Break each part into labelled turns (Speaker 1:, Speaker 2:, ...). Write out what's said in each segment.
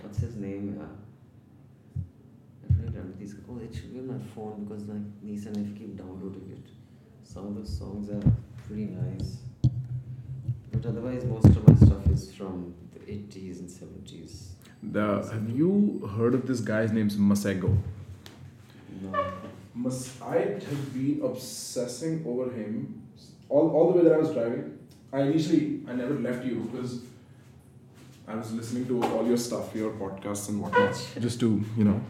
Speaker 1: what's his name? Uh, I really don't these. Oh, it should be on my phone because my niece and I keep downloading it. Some of those songs are pretty nice, but otherwise, most of my stuff is from the 80s and 70s.
Speaker 2: The, have you heard of this guy's name's Masego?
Speaker 1: No.
Speaker 3: Mas- I have been obsessing over him all, all the way that I was driving. I initially I never left you because I was listening to all your stuff, your podcasts and whatnot, just to you know.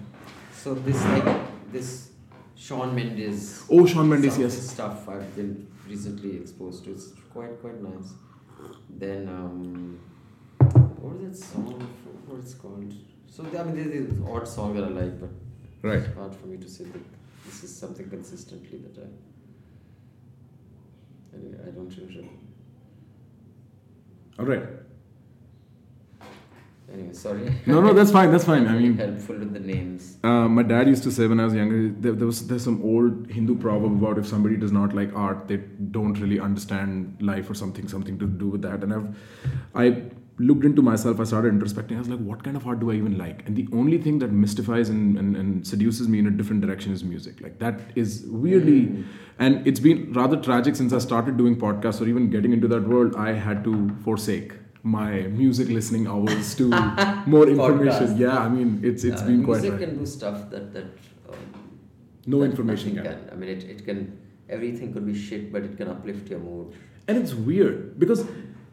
Speaker 1: So this like this Sean Mendes.
Speaker 2: Oh, Sean Mendes,
Speaker 1: some of
Speaker 2: yes.
Speaker 1: his Stuff I've been recently exposed to. It's quite quite nice. Then um, what was that song? What it's called? So I mean, there's this odd song that I like, but
Speaker 2: Right.
Speaker 1: it's hard for me to say that this is something consistently that I. Anyway, I don't remember.
Speaker 2: All right.
Speaker 1: Anyway, sorry.
Speaker 2: No, no, that's fine. That's fine. I mean,
Speaker 1: helpful with the names.
Speaker 2: Uh, my dad used to say when I was younger, there, there was there's some old Hindu proverb about if somebody does not like art, they don't really understand life or something, something to do with that. And I've I looked into myself, I started introspecting. I was like, what kind of art do I even like? And the only thing that mystifies and, and, and seduces me in a different direction is music. Like that is weirdly,
Speaker 1: Mm.
Speaker 2: and it's been rather tragic since I started doing podcasts or even getting into that world. I had to forsake my music listening hours to more information.
Speaker 1: Podcast.
Speaker 2: Yeah, I mean, it's it's
Speaker 1: Uh,
Speaker 2: been quite.
Speaker 1: music
Speaker 2: right.
Speaker 1: can do stuff that that. Um,
Speaker 2: No
Speaker 1: that
Speaker 2: information
Speaker 1: nothing
Speaker 2: can.
Speaker 1: I mean, it, it can everything could be shit, but it can uplift your mood.
Speaker 2: And it's weird because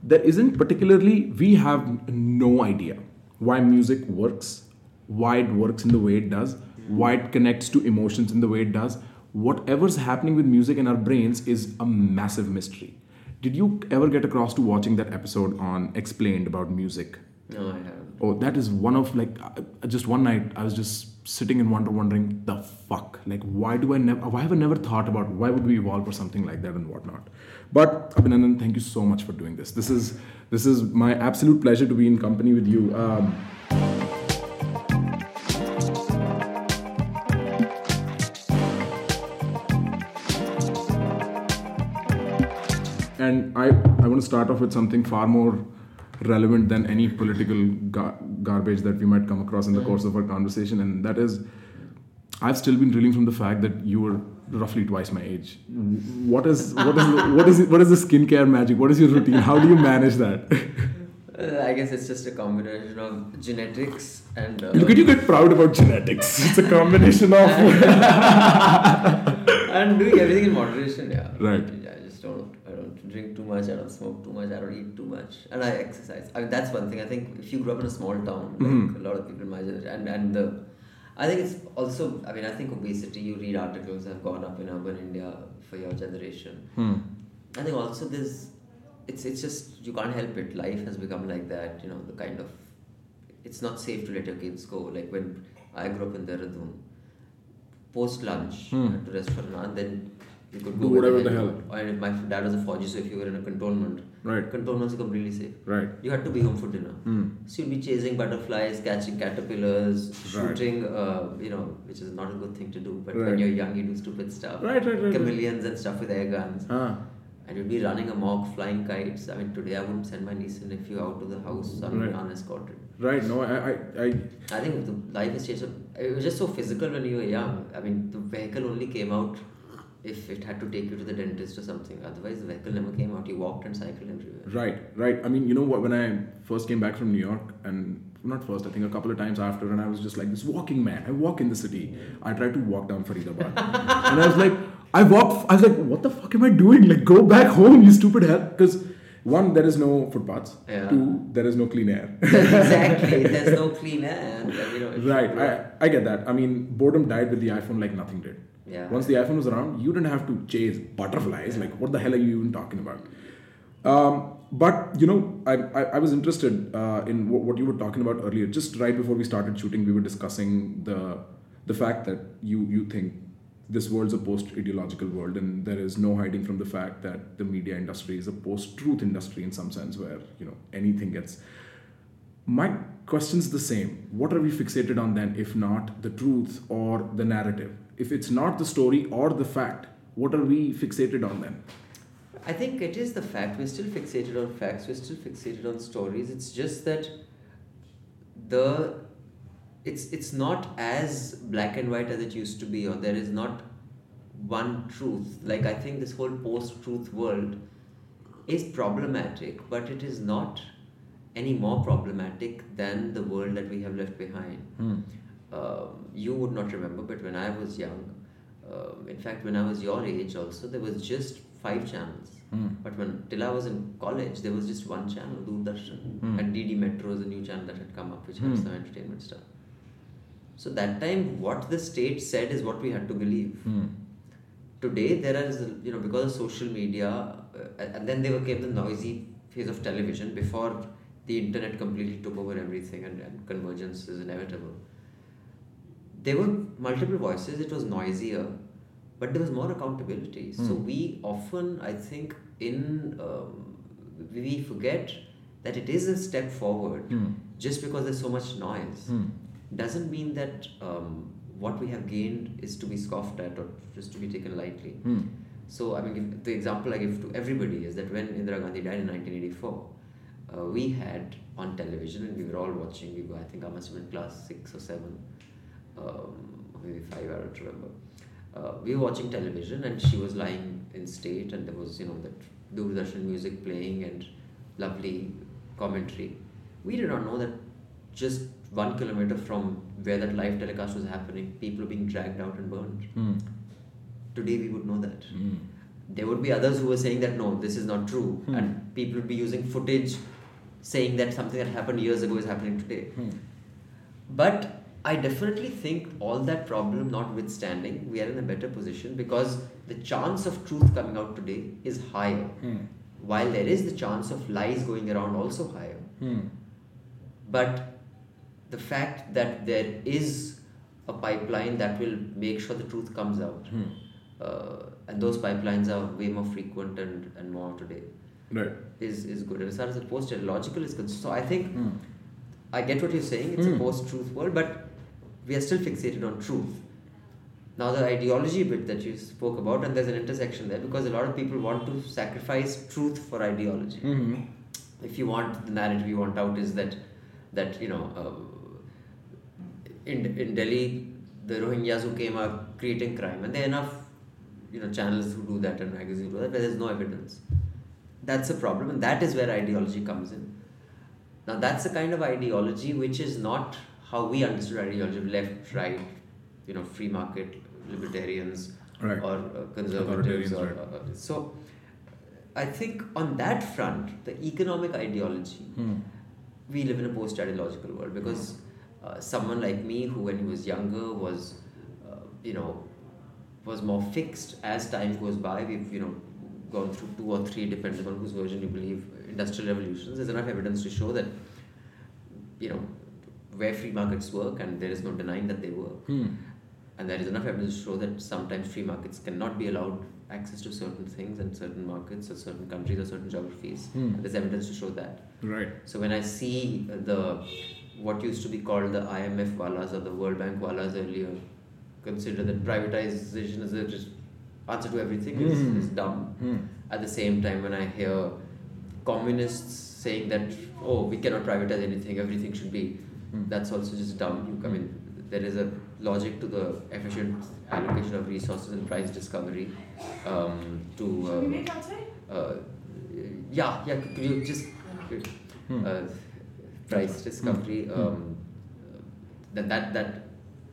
Speaker 2: there isn't particularly, we have no idea why music works, why it works in the way it does, why it connects to emotions in the way it does. Whatever's happening with music in our brains is a massive mystery. Did you ever get across to watching that episode on Explained about music?
Speaker 1: No, I haven't.
Speaker 2: Oh, that is one of like I- I- just one night I was just sitting in wonder, wondering the fuck, like why do I never, why have I never thought about why would we evolve or something like that and whatnot. But Abhinandan, thank you so much for doing this. This is this is my absolute pleasure to be in company with you. Um, and I I want to start off with something far more relevant than any political gar- garbage that we might come across in the course of our conversation, and that is, I've still been reeling from the fact that you were roughly twice my age. What is what is the, what is what is the skincare magic? What is your routine? How do you manage that?
Speaker 1: Uh, I guess it's just a combination of genetics and. Uh,
Speaker 2: Look at you get proud about genetics. It's a combination of
Speaker 1: and doing everything in moderation, yeah.
Speaker 2: Right.
Speaker 1: Yeah, I just don't. I don't drink too much. I don't smoke too much. I don't eat too much, and I exercise. I mean, that's one thing. I think if you grew up in a small town, like a lot of people in my generation, and and the, I think it's also. I mean, I think obesity. You read articles have gone up in urban India for your generation. I think also there's, it's it's just you can't help it. Life has become like that. You know the kind of, it's not safe to let your kids go. Like when I grew up in Dehradun, post lunch at the restaurant, and then you could go
Speaker 2: Hmm. Do whatever
Speaker 1: where
Speaker 2: the
Speaker 1: you
Speaker 2: hell.
Speaker 1: want. And if my dad was a Fauji, so if you were in a cantonment,
Speaker 2: Right. Hmm.
Speaker 1: cantonments are completely safe.
Speaker 2: right.
Speaker 1: You had to be home for dinner. So you'd be chasing butterflies, catching caterpillars,
Speaker 2: Right.
Speaker 1: shooting, uh, you know, which is not a good thing to do. But when
Speaker 2: Right.
Speaker 1: you're young, you do stupid stuff.
Speaker 2: Right, right, right, right.
Speaker 1: Chameleons and stuff with air guns
Speaker 2: Ah.
Speaker 1: and you'd be running amok, flying kites. I mean, today I wouldn't send my niece and nephew out of the house un-
Speaker 2: Right.
Speaker 1: unescorted.
Speaker 2: Right. No. I. I. I
Speaker 1: I think the life has changed. It was just so physical when you were young. I mean, the vehicle only came out if it had to take you to the dentist or something. Otherwise, the vehicle never came out. You walked and cycled everywhere.
Speaker 2: Right, right. I mean, you know what? When I first came back from New York, and not first, I think a couple of times after, and I was just like this walking man. I walk in the city. I tried to walk down Faridabad, and I was like, I walked. I was like, what the fuck am I doing? Like, go back home, you stupid hell. Because one, there is no footpaths.
Speaker 1: Yeah.
Speaker 2: Two, there is no clean air.
Speaker 1: exactly. There's no clean air. And, you know, it's-
Speaker 2: Right, I, I get that. I mean, boredom died with the iPhone like nothing did.
Speaker 1: Yeah.
Speaker 2: Once the iPhone was around, you didn't have to chase butterflies. Like, what the hell are you even talking about? Um, but, you know, I, I, I was interested uh, in wh- what you were talking about earlier. Just right before we started shooting, we were discussing the, the fact that you, you think this world's a post ideological world, and there is no hiding from the fact that the media industry is a post truth industry in some sense, where, you know, anything gets my question's the same. What are we fixated on then, if not the truth or the narrative? If it's not the story or the fact, what are we fixated on then?
Speaker 1: I think it is the fact. We're still fixated on facts. We're still fixated on stories. It's just that the it's it's not as black and white as it used to be or there is not one truth like i think this whole post truth world is problematic but it is not any more problematic than the world that we have left behind um, you would not remember, but when I was young, um, in fact, when I was your age also, there was just five channels. But when till I was in college, there was just one channel, Doordarshan, and DD Metro is a new channel that had come up, which had some entertainment stuff. So that time, what the state said is what we had to believe. Today, there is you know because of social media, uh, and and then they came the noisy phase of television before the internet completely took over everything and, and convergence is inevitable there were multiple voices it was noisier but there was more accountability so we often i think in um, we forget that it is a step forward just because there's so much noise doesn't mean that um, what we have gained is to be scoffed at or just to be taken lightly so i mean if the example i give to everybody is that when indira gandhi died in 1984 uh, we had on television and we were all watching we were i think i must have been class 6 or 7 um, maybe five, I don't remember. Uh, we were watching television and she was lying in state, and there was, you know, that Doordarshan music playing and lovely commentary. We did not know that just one kilometer from where that live telecast was happening, people were being dragged out and burned. Today we would know that. There would be others who were saying that no, this is not true, and people would be using footage saying that something that happened years ago is happening today. But I definitely think all that problem notwithstanding, we are in a better position because the chance of truth coming out today is higher. While there is the chance of lies going around also higher. But the fact that there is a pipeline that will make sure the truth comes out, uh, and those pipelines are way more frequent and, and more today
Speaker 2: Right.
Speaker 1: is is good. And as far as the post logical is concerned, so I think I get what you're saying. It's a post-truth world, but we are still fixated on truth. Now the ideology bit that you spoke about, and there's an intersection there because a lot of people want to sacrifice truth for ideology. If you want the narrative you want out is that that you know uh, in in Delhi the Rohingyas who came are creating crime, and there are enough you know channels who do that and magazines who do that, but there's no evidence that's a problem and that is where ideology comes in now that's the kind of ideology which is not how we understood ideology left right you know free market libertarians
Speaker 2: Right.
Speaker 1: or uh, conservatives
Speaker 2: Authoritarians,
Speaker 1: or,
Speaker 2: right.
Speaker 1: or- so uh, i think on that front the economic ideology we live in a post ideological world because
Speaker 2: Mm-hmm.
Speaker 1: uh, someone like me who when he was younger was uh, you know was more fixed as time goes by we've you know gone through two or three depending on whose version you believe industrial revolutions there's enough evidence to show that you know where free markets work and there is no denying that they work and there is enough evidence to show that sometimes free markets cannot be allowed access to certain things and certain markets or certain countries or certain geographies there's evidence to show that
Speaker 2: Right.
Speaker 1: so when I see uh, the what used to be called the IMF walas or the World Bank walas earlier, consider that privatization is the just answer to everything is, is dumb. At the same time, when I hear communists saying that oh we cannot privatize anything, everything should be,
Speaker 2: Mm-hmm.
Speaker 1: that's also just dumb. You, I mean, there is a logic to the efficient allocation of resources and price discovery um, to.
Speaker 4: Should we
Speaker 1: um,
Speaker 4: wait outside?
Speaker 1: uh, yeah, yeah, could you just
Speaker 2: Hmm.
Speaker 1: uh, price discovery? Um, that, that that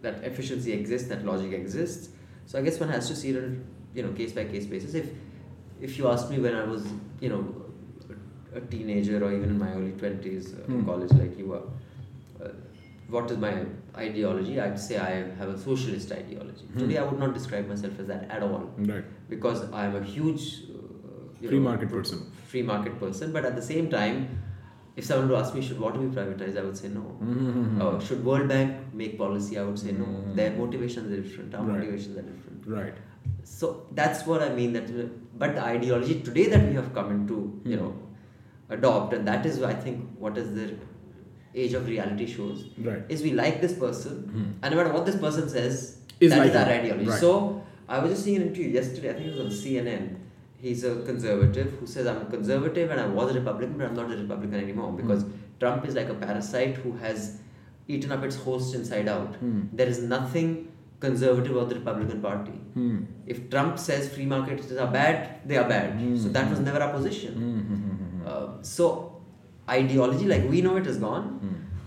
Speaker 1: that efficiency exists, that logic exists. So I guess one has to see it on you know case by case basis. If if you ask me when I was you know a a teenager or even in my early twenties, uh, in college like you are. Uh, what is my ideology? I'd say I have a socialist ideology. Today, I would not describe myself as that at all
Speaker 2: Right.
Speaker 1: because I'm a huge uh, you
Speaker 2: Free
Speaker 1: know,
Speaker 2: market person.
Speaker 1: free market person. But at the same time, if someone would ask me, should water be privatized? I would say no.
Speaker 2: Hmm.
Speaker 1: Uh, should World Bank make policy? I would say no. Their motivations are different. Our
Speaker 2: Right.
Speaker 1: motivations are different.
Speaker 2: Right.
Speaker 1: So that's what I mean. That but the ideology today that we have come into, you know, adopt, and that is I think what is the age of reality shows
Speaker 2: Right. Hmm.
Speaker 1: is we like this person, and no matter what this person says,
Speaker 2: Is
Speaker 1: that is
Speaker 2: like
Speaker 1: our
Speaker 2: it.
Speaker 1: ideology.
Speaker 2: Right.
Speaker 1: So I was just seeing an interview yesterday. I think it was on CNN. He's a conservative who says I'm a
Speaker 2: Hmm.
Speaker 1: conservative and I was a Republican, but I'm not a Republican anymore because Trump is like a parasite who has eaten up its host inside out.
Speaker 2: Hmm.
Speaker 1: There is nothing conservative about the Republican Party.
Speaker 2: Hmm.
Speaker 1: If Trump says free markets are bad, they are bad.
Speaker 2: Hmm.
Speaker 1: So that was never our position. Uh, so ideology, like we know it is gone.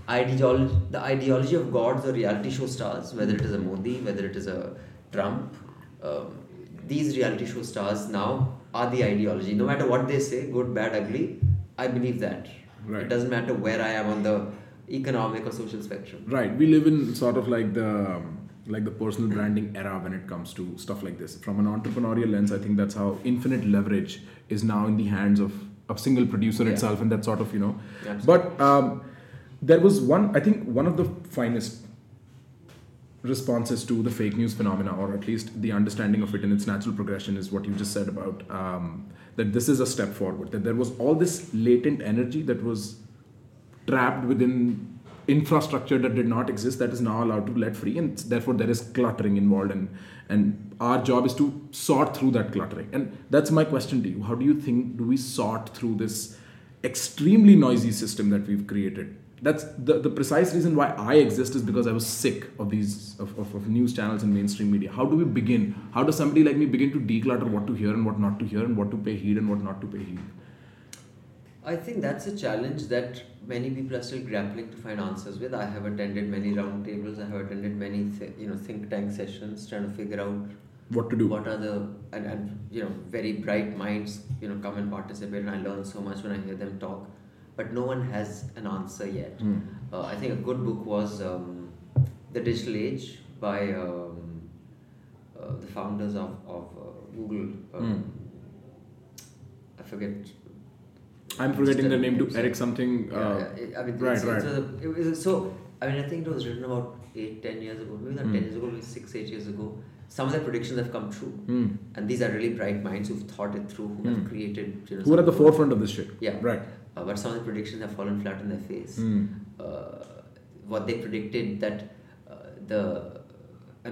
Speaker 1: Ideology, the ideology of gods or reality show stars, whether it is a Modi, whether it is a Trump, um, these reality show stars now are the ideology. No matter what they say, good, bad, ugly, I believe that.
Speaker 2: Right.
Speaker 1: It doesn't matter where I am on the economic or social spectrum.
Speaker 2: Right. We live in sort of like the um, like the personal branding era when it comes to stuff like this. From an entrepreneurial lens, I think that's how infinite leverage is now in the hands of a single producer
Speaker 1: Yeah.
Speaker 2: itself, and that sort of you know.
Speaker 1: Absolutely.
Speaker 2: But um, there was one. I think one of the finest responses to the fake news phenomena, or at least the understanding of it in its natural progression, is what you just said about um, that this is a step forward. That there was all this latent energy that was trapped within infrastructure that did not exist that is now allowed to let free, and therefore there is cluttering involved, and and our job is to sort through that cluttering. And that's my question to you: How do you think do we sort through this extremely noisy system that we've created? that's the, the precise reason why I exist is because I was sick of these of, of, of news channels and mainstream media. How do we begin? How does somebody like me begin to declutter what to hear and what not to hear and what to pay heed and what not to pay heed?
Speaker 1: I think that's a challenge that many people are still grappling to find answers with. I have attended many roundtables. I have attended many th- you know think tank sessions trying to figure out
Speaker 2: What to do?
Speaker 1: what are the and, and you know very bright minds you know come and participate and i learn so much when i hear them talk but no one has an answer yet
Speaker 2: Hmm.
Speaker 1: uh, i think a good book was um, the digital age by um, uh, the founders of, of uh, google
Speaker 2: Hmm.
Speaker 1: um, i forget
Speaker 2: Uh, I'm forgetting the name to Eric something.
Speaker 1: yeah,
Speaker 2: Uh,
Speaker 1: yeah, I mean,
Speaker 2: right,
Speaker 1: it's,
Speaker 2: right.
Speaker 1: It's a, it was a- so, I mean, I think it was written about eight, ten years ago, maybe not
Speaker 2: Hmm.
Speaker 1: ten years ago, maybe six, eight years ago. Some of the predictions have come true,
Speaker 2: Mm.
Speaker 1: and these are really bright minds who've thought it through, who have created. You know,
Speaker 2: Hmm. Who are at the
Speaker 1: some-
Speaker 2: forefront of this shit?
Speaker 1: Yeah.
Speaker 2: Right.
Speaker 1: Uh, but some of the predictions have fallen flat on their face.
Speaker 2: Hmm.
Speaker 1: Uh, what they predicted that uh, the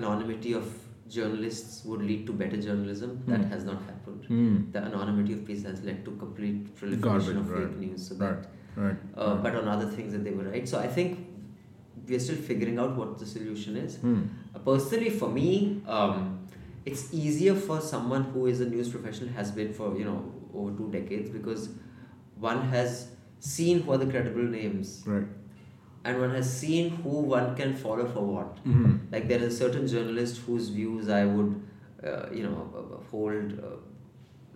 Speaker 1: anonymity of journalists would lead to better journalism,
Speaker 2: Hmm.
Speaker 1: that has not happened.
Speaker 2: Mm.
Speaker 1: The anonymity of piece has led to complete proliferation
Speaker 2: Garbage,
Speaker 1: of
Speaker 2: right.
Speaker 1: fake news. So
Speaker 2: Right.
Speaker 1: that
Speaker 2: Right.
Speaker 1: uh, but on other things that they were right. So I think we are still figuring out what the solution is.
Speaker 2: Hmm.
Speaker 1: Uh, personally, for me, um, it's easier for someone who is a news professional has been for you know over two decades because one has seen who are the credible names
Speaker 2: Right.
Speaker 1: and one has seen who one can follow for what.
Speaker 2: Mm-hmm.
Speaker 1: Like there is a certain journalist whose views I would, uh, you know, uh, hold uh,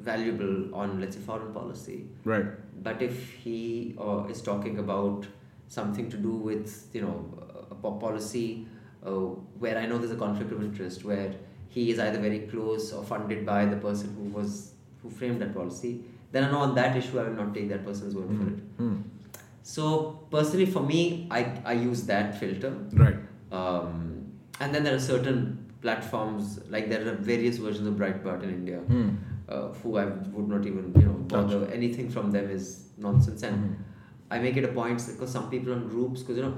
Speaker 1: valuable on let's say foreign policy
Speaker 2: Right.
Speaker 1: but if he uh, is talking about something to do with you know a- a po- policy uh, where I know there's a conflict of interest where he is either very close or funded by the person who was who framed that policy then I know on that issue I will not take that person's word for it
Speaker 2: Mm.
Speaker 1: so personally for me I, I use that filter
Speaker 2: Right.
Speaker 1: um, and then there are certain platforms like there are various versions of Breitbart in India
Speaker 2: Mm.
Speaker 1: uh, who I would not even you know bother anything from them is nonsense and
Speaker 2: Hmm.
Speaker 1: I make it a point because some people on groups because you know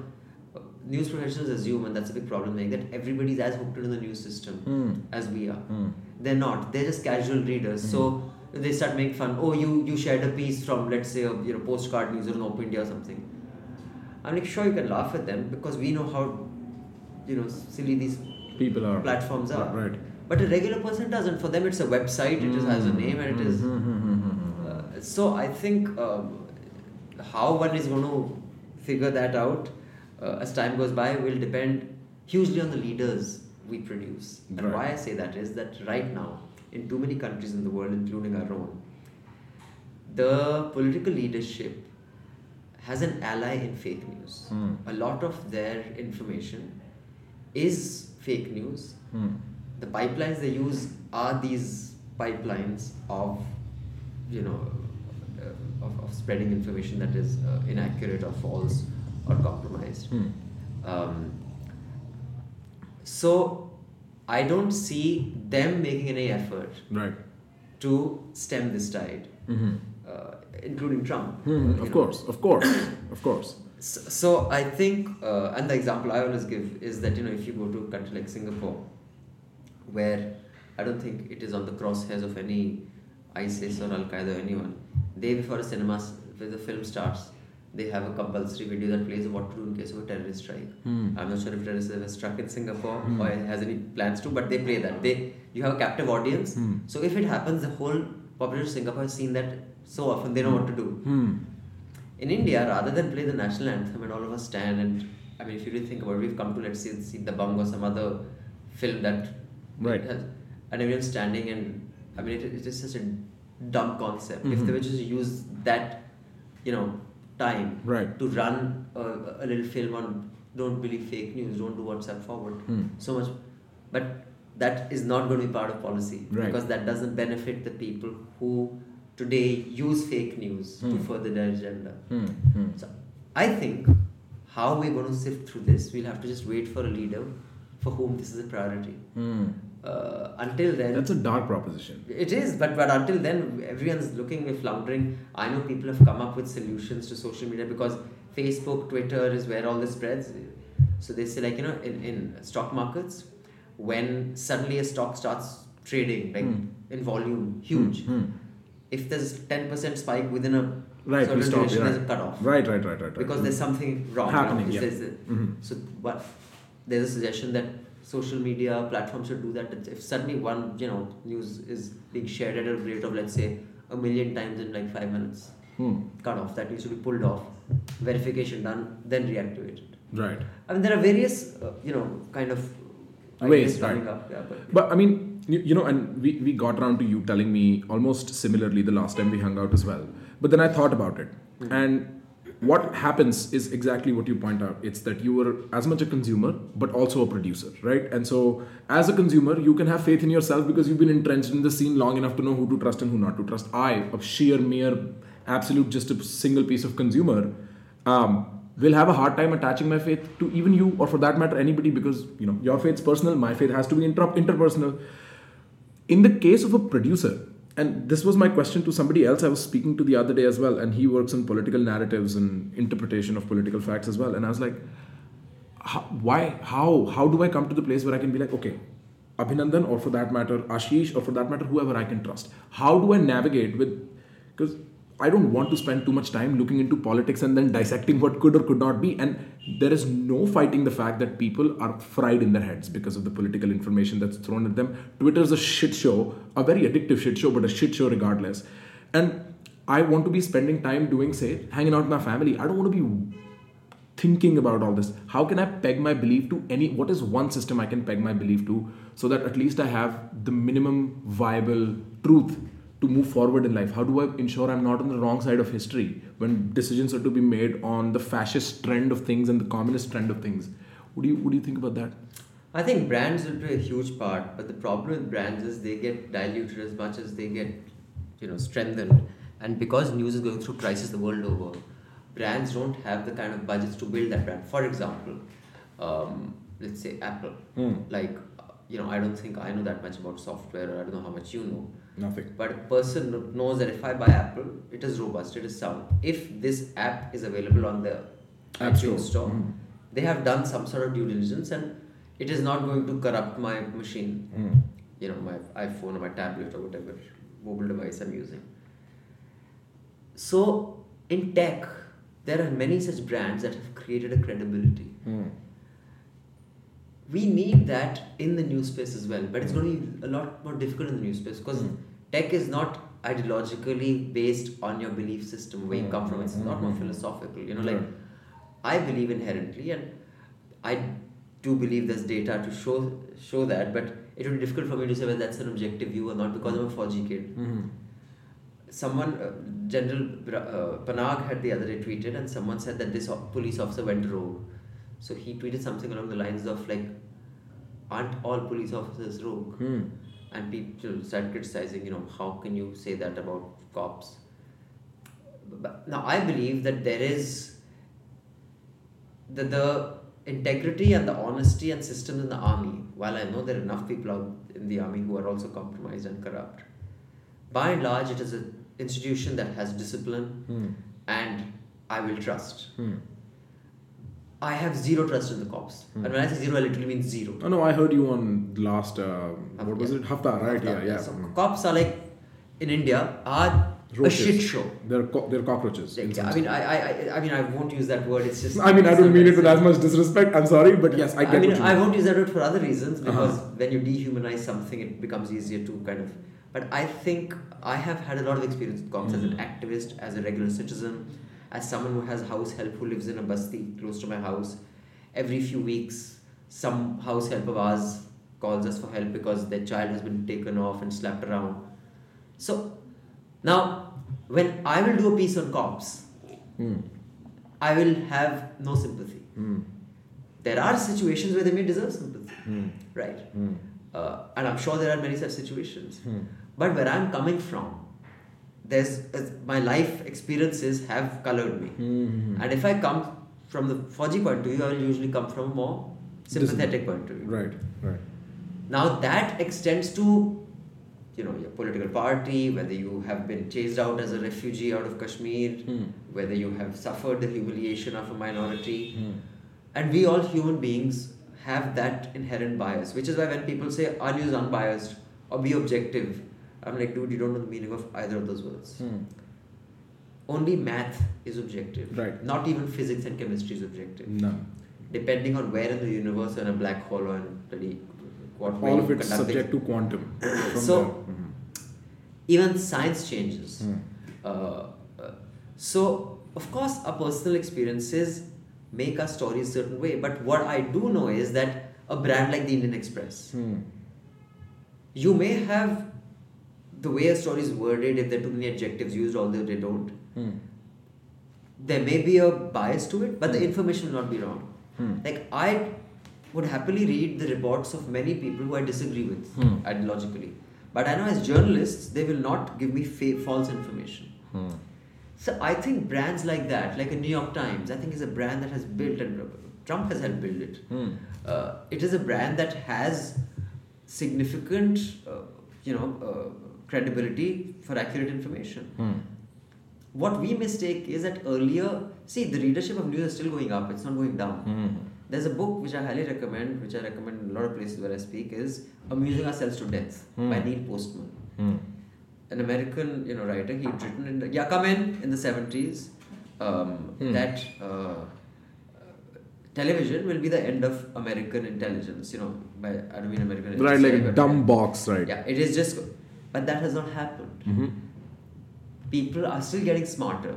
Speaker 1: uh, news professionals assume and that's a big problem like that everybody's as hooked into the news system
Speaker 2: Mm.
Speaker 1: as we are
Speaker 2: Mm.
Speaker 1: they're not they're just casual readers so
Speaker 2: Mm-hmm.
Speaker 1: they start making fun oh you you shared a piece from let's say a you know postcard news or an open india or something i'm like sure you can laugh at them because we know how you know silly these
Speaker 2: People are.
Speaker 1: platforms are
Speaker 2: Right.
Speaker 1: but a regular person doesn't for them it's a website it just has a name and it is uh, so I think um, how one is going to figure that out uh, as time goes by will depend hugely on the leaders we produce. And
Speaker 2: Right.
Speaker 1: why I say that is that right now, in too many countries in the world, including our own, the political leadership has an ally in fake news. A lot of their information is fake news.
Speaker 2: Hmm.
Speaker 1: The pipelines they use are these pipelines of, you know, uh, of, of spreading information that is uh, inaccurate or false or compromised.
Speaker 2: Hmm.
Speaker 1: Um, so I don't see them making any effort
Speaker 2: Right.
Speaker 1: to stem this tide,
Speaker 2: Mm-hmm.
Speaker 1: uh, including Trump. Uh,
Speaker 2: hmm
Speaker 1: you
Speaker 2: Of
Speaker 1: know.
Speaker 2: course. Of course. of course.
Speaker 1: So, so I think, uh, and the example I always give is that you know if you go to a country like Singapore, where I don't think it is on the crosshairs of any ISIS or Al Qaeda or anyone, day before a cinema s- where the film starts, they have a compulsory video that plays what to do in case of a terrorist strike. I'm not sure if terrorists have struck in Singapore or has any plans to, but they play that. They you have a captive audience, so if it happens, the whole population of Singapore has seen that so often they know what to do.
Speaker 2: Hmm.
Speaker 1: In India, rather than play the national anthem and all of us stand and I mean, if you really think about it, we've come to let's see, see the bung or some other film that
Speaker 2: Right.
Speaker 1: has, and everyone's standing and I mean, it, it is such a dumb concept. If
Speaker 2: Mm-hmm.
Speaker 1: they were just to use that, you know, time
Speaker 2: Right.
Speaker 1: to run a, a little film on don't believe fake news, don't do WhatsApp forward,
Speaker 2: Hmm.
Speaker 1: so much, but that is not going to be part of policy
Speaker 2: Right.
Speaker 1: because that doesn't benefit the people who today use fake news
Speaker 2: Mm.
Speaker 1: to further their agenda.
Speaker 2: Hmm.
Speaker 1: So I think how we're going to sift through this, we'll have to just wait for a leader for whom this is a priority. Uh, until then,
Speaker 2: Hmm. That's a dark proposition.
Speaker 1: it is, but but until then, everyone's looking with floundering. I know people have come up with solutions to social media because Facebook, Twitter is where all this spreads. So they say like you know in, in stock markets, when suddenly a stock starts trading like
Speaker 2: Hmm.
Speaker 1: in volume huge, if there's ten percent spike within a
Speaker 2: Right, we
Speaker 1: certain
Speaker 2: stop.
Speaker 1: duration,
Speaker 2: yeah.
Speaker 1: there's a cutoff
Speaker 2: Right, right, right, Mm-hmm. right, right.
Speaker 1: because there's something wrong
Speaker 2: Happening,
Speaker 1: You know,
Speaker 2: yeah.
Speaker 1: there's a- So what? There's a suggestion that social media platforms should do that. that If suddenly one you know news is being shared at a rate of let's say a million times in like five minutes,
Speaker 2: Hmm.
Speaker 1: cut off that needs to be pulled off, verification done, then reactivated.
Speaker 2: right.
Speaker 1: I mean there are various uh, you know kind of ideas
Speaker 2: Ways,
Speaker 1: coming
Speaker 2: right.
Speaker 1: up. Yeah, but
Speaker 2: But I mean, you, you know, and we, we got around to you telling me almost similarly the last time we hung out as well. But then I thought about it. And what happens is exactly what you point out. It's that you were as much a consumer, but also a producer, right? And so, as a consumer, you can have faith in yourself because you've been entrenched in the scene long enough to know who to trust and who not to trust. I, of sheer mere absolute, just a single piece of consumer, um, will have a hard time attaching my faith to even you or for that matter anybody because you know your faith's personal my faith has to be inter- interpersonal in the case of a producer and this was my question to somebody else i was speaking to the other day as well and he works on political narratives and interpretation of political facts as well and i was like how, why how how do i come to the place where i can be like okay abhinandan or for that matter ashish or for that matter whoever i can trust how do i navigate with because i don't want to spend too much time looking into politics and then dissecting what could or could not be and there is no fighting the fact that people are fried in their heads because of the political information that's thrown at them twitter is a shit show a very addictive shit show but a shit show regardless and i want to be spending time doing say hanging out with my family i don't want to be thinking about all this how can i peg my belief to any what is one system i can peg my belief to so that at least i have the minimum viable truth to move forward in life how do i ensure i'm not on the wrong side of history when decisions are to be made on the fascist trend of things and the communist trend of things what do you what do you think about that
Speaker 1: I think brands will play a huge part, but the problem with brands is they get diluted as much as they get, you know, strengthened. And because news is going through crisis the world over, brands don't have the kind of budgets to build that brand. For example, um, let's say Apple. Like, uh, you know, I don't think I know that much about software, or I don't know how much you know.
Speaker 2: nothing
Speaker 1: But a person kn- knows that if I buy Apple, it is robust, it is sound. If this app is available on the
Speaker 2: App
Speaker 1: iTunes
Speaker 2: Store. Hmm.
Speaker 1: store, they have done some sort of due diligence and it is not going to corrupt my machine,
Speaker 2: Hmm.
Speaker 1: you know, my iPhone or my tablet or whatever mobile device I'm using. So, in tech, there are many such brands that have created a credibility we need that in the news space as well but it's going to be a lot more difficult in the news space because tech is not ideologically based on your belief system where you come from it's a lot more philosophical you know like i believe inherently and i do believe there's data to show show that but it would be difficult for me to say whether that's an objective view or not because i'm a 4g kid someone uh, general Bra- uh, panag had the other day tweeted and someone said that this o- police officer went rogue so he tweeted something along the lines of like aren't all police officers rogue and people started criticizing you know how can you say that about cops but now i believe that there is the, the integrity and the honesty and systems in the army while i know there are enough people out in the army who are also compromised and corrupt by and large it is an institution that has discipline
Speaker 2: Hmm.
Speaker 1: and i will trust i have zero trust in the cops
Speaker 2: Hmm.
Speaker 1: and when i say zero i literally mean zero
Speaker 2: oh no i heard you on last uh, what was
Speaker 1: Yeah.
Speaker 2: it hafta right yeah yeah
Speaker 1: so cops are like in India are
Speaker 2: Roaches.
Speaker 1: A shit show.
Speaker 2: They're co- they're cockroaches. in some
Speaker 1: I mean, I, I, I- I mean, I won't use that word. It's just.
Speaker 2: sense. I mean, I don't mean it with as much disrespect. I'm sorry, but yes, I get
Speaker 1: mean,
Speaker 2: what you
Speaker 1: I
Speaker 2: mean.
Speaker 1: won't use that word for other reasons because
Speaker 2: Uh-huh.
Speaker 1: when you dehumanize something, it becomes easier to kind of. But I think I have had a lot of experience with cops as an
Speaker 2: Mm-hmm.
Speaker 1: activist, as a regular citizen, as someone who has house help who lives in a basti close to my house. Every few weeks, some house help of ours calls us for help because their child has been taken off and slapped around. So now, when I will do a piece on cops,
Speaker 2: Hmm.
Speaker 1: I will have no sympathy. There are situations where they may deserve sympathy, right? Uh, and I'm sure there are many such situations. But where I'm coming from, there's uh, my life experiences have colored me. And if I come from the Fauji point of view, I will usually come from a more sympathetic point of view.
Speaker 2: Right, right.
Speaker 1: Now that extends to you know your political party, whether you have been chased out as a refugee out of Kashmir, whether you have suffered the humiliation of a minority. And we all human beings have that inherent bias, which is why when people say are news unbiased or be objective, I'm like, dude, you don't know the meaning of either of those words. Only math is objective.
Speaker 2: Right.
Speaker 1: Not even physics and chemistry is objective
Speaker 2: No.
Speaker 1: depending on where in the universe you're in a black hole or in bloody what way
Speaker 2: All
Speaker 1: you
Speaker 2: of it's
Speaker 1: conduct
Speaker 2: subject
Speaker 1: it.
Speaker 2: to quantum. From
Speaker 1: So-
Speaker 2: there. Mhm.
Speaker 1: Even science changes.
Speaker 2: Hmm.
Speaker 1: Uh, uh, so, of course, our personal experiences make our stories certain way. But what I do know is that a brand like the Indian Express, you may have the way a story is worded, if there are too many adjectives used, although they don't,
Speaker 2: Hmm.
Speaker 1: there may be a bias to it, but the information will not be wrong. Like I would happily read the reports of many people who I disagree with ideologically, but I know as journalists they will not give me fa- false information. So I think brands like that, like a New York Times, I think is a brand that has built and Trump has helped build it. Uh, it is a brand that has significant, uh, you know, uh, credibility for accurate information what we mistake is that earlier see the readership of news is still going up it's not going down there's a book which i highly recommend which i recommend in a lot of places where i speak is amusing ourselves to death by neil postman an american you know writer he'd written in the, yeah come in in the 70s um, that uh, television will be the end of american intelligence you know by i don't mean american
Speaker 2: Right, like a
Speaker 1: intelligence,
Speaker 2: dumb
Speaker 1: but-
Speaker 2: box, right?
Speaker 1: yeah, it is just, but that has not happened. People are still getting smarter.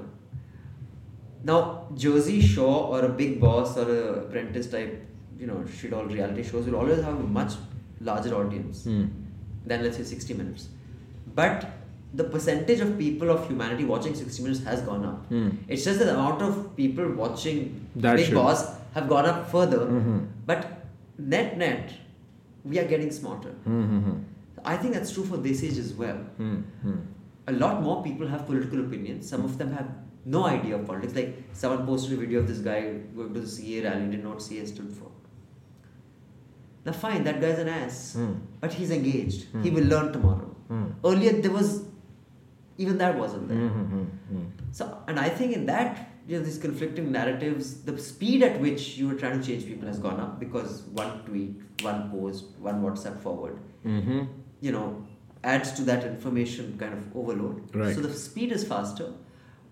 Speaker 1: Now, Jersey Shore or a Big Boss or a Apprentice type, you know, shit all reality shows will always have a much larger audience
Speaker 2: Hmm.
Speaker 1: than let's say 60 Minutes. But the percentage of people of humanity watching 60 Minutes has gone up. It's just that the amount of people watching
Speaker 2: Hmm. That
Speaker 1: Big
Speaker 2: should- Mm-hmm.
Speaker 1: Boss have gone up further. But net net, we are getting smarter.
Speaker 2: Mm-hmm.
Speaker 1: I think that's true for this age as well.
Speaker 2: Hmm.
Speaker 1: A lot more people have political opinions. Some of them have no idea of politics. Like someone posted a video of this guy going to the CA rally, didn't know what CA stood for. Now, fine, that guy's an ass, but he's engaged. He will learn tomorrow. Earlier, there was even that wasn't there. So, and I think in that, you know, these conflicting narratives, the speed at which you were trying to change people has gone up because one tweet, one post, one WhatsApp forward, you know, adds to that information kind of overload.
Speaker 2: Right.
Speaker 1: So the speed is faster,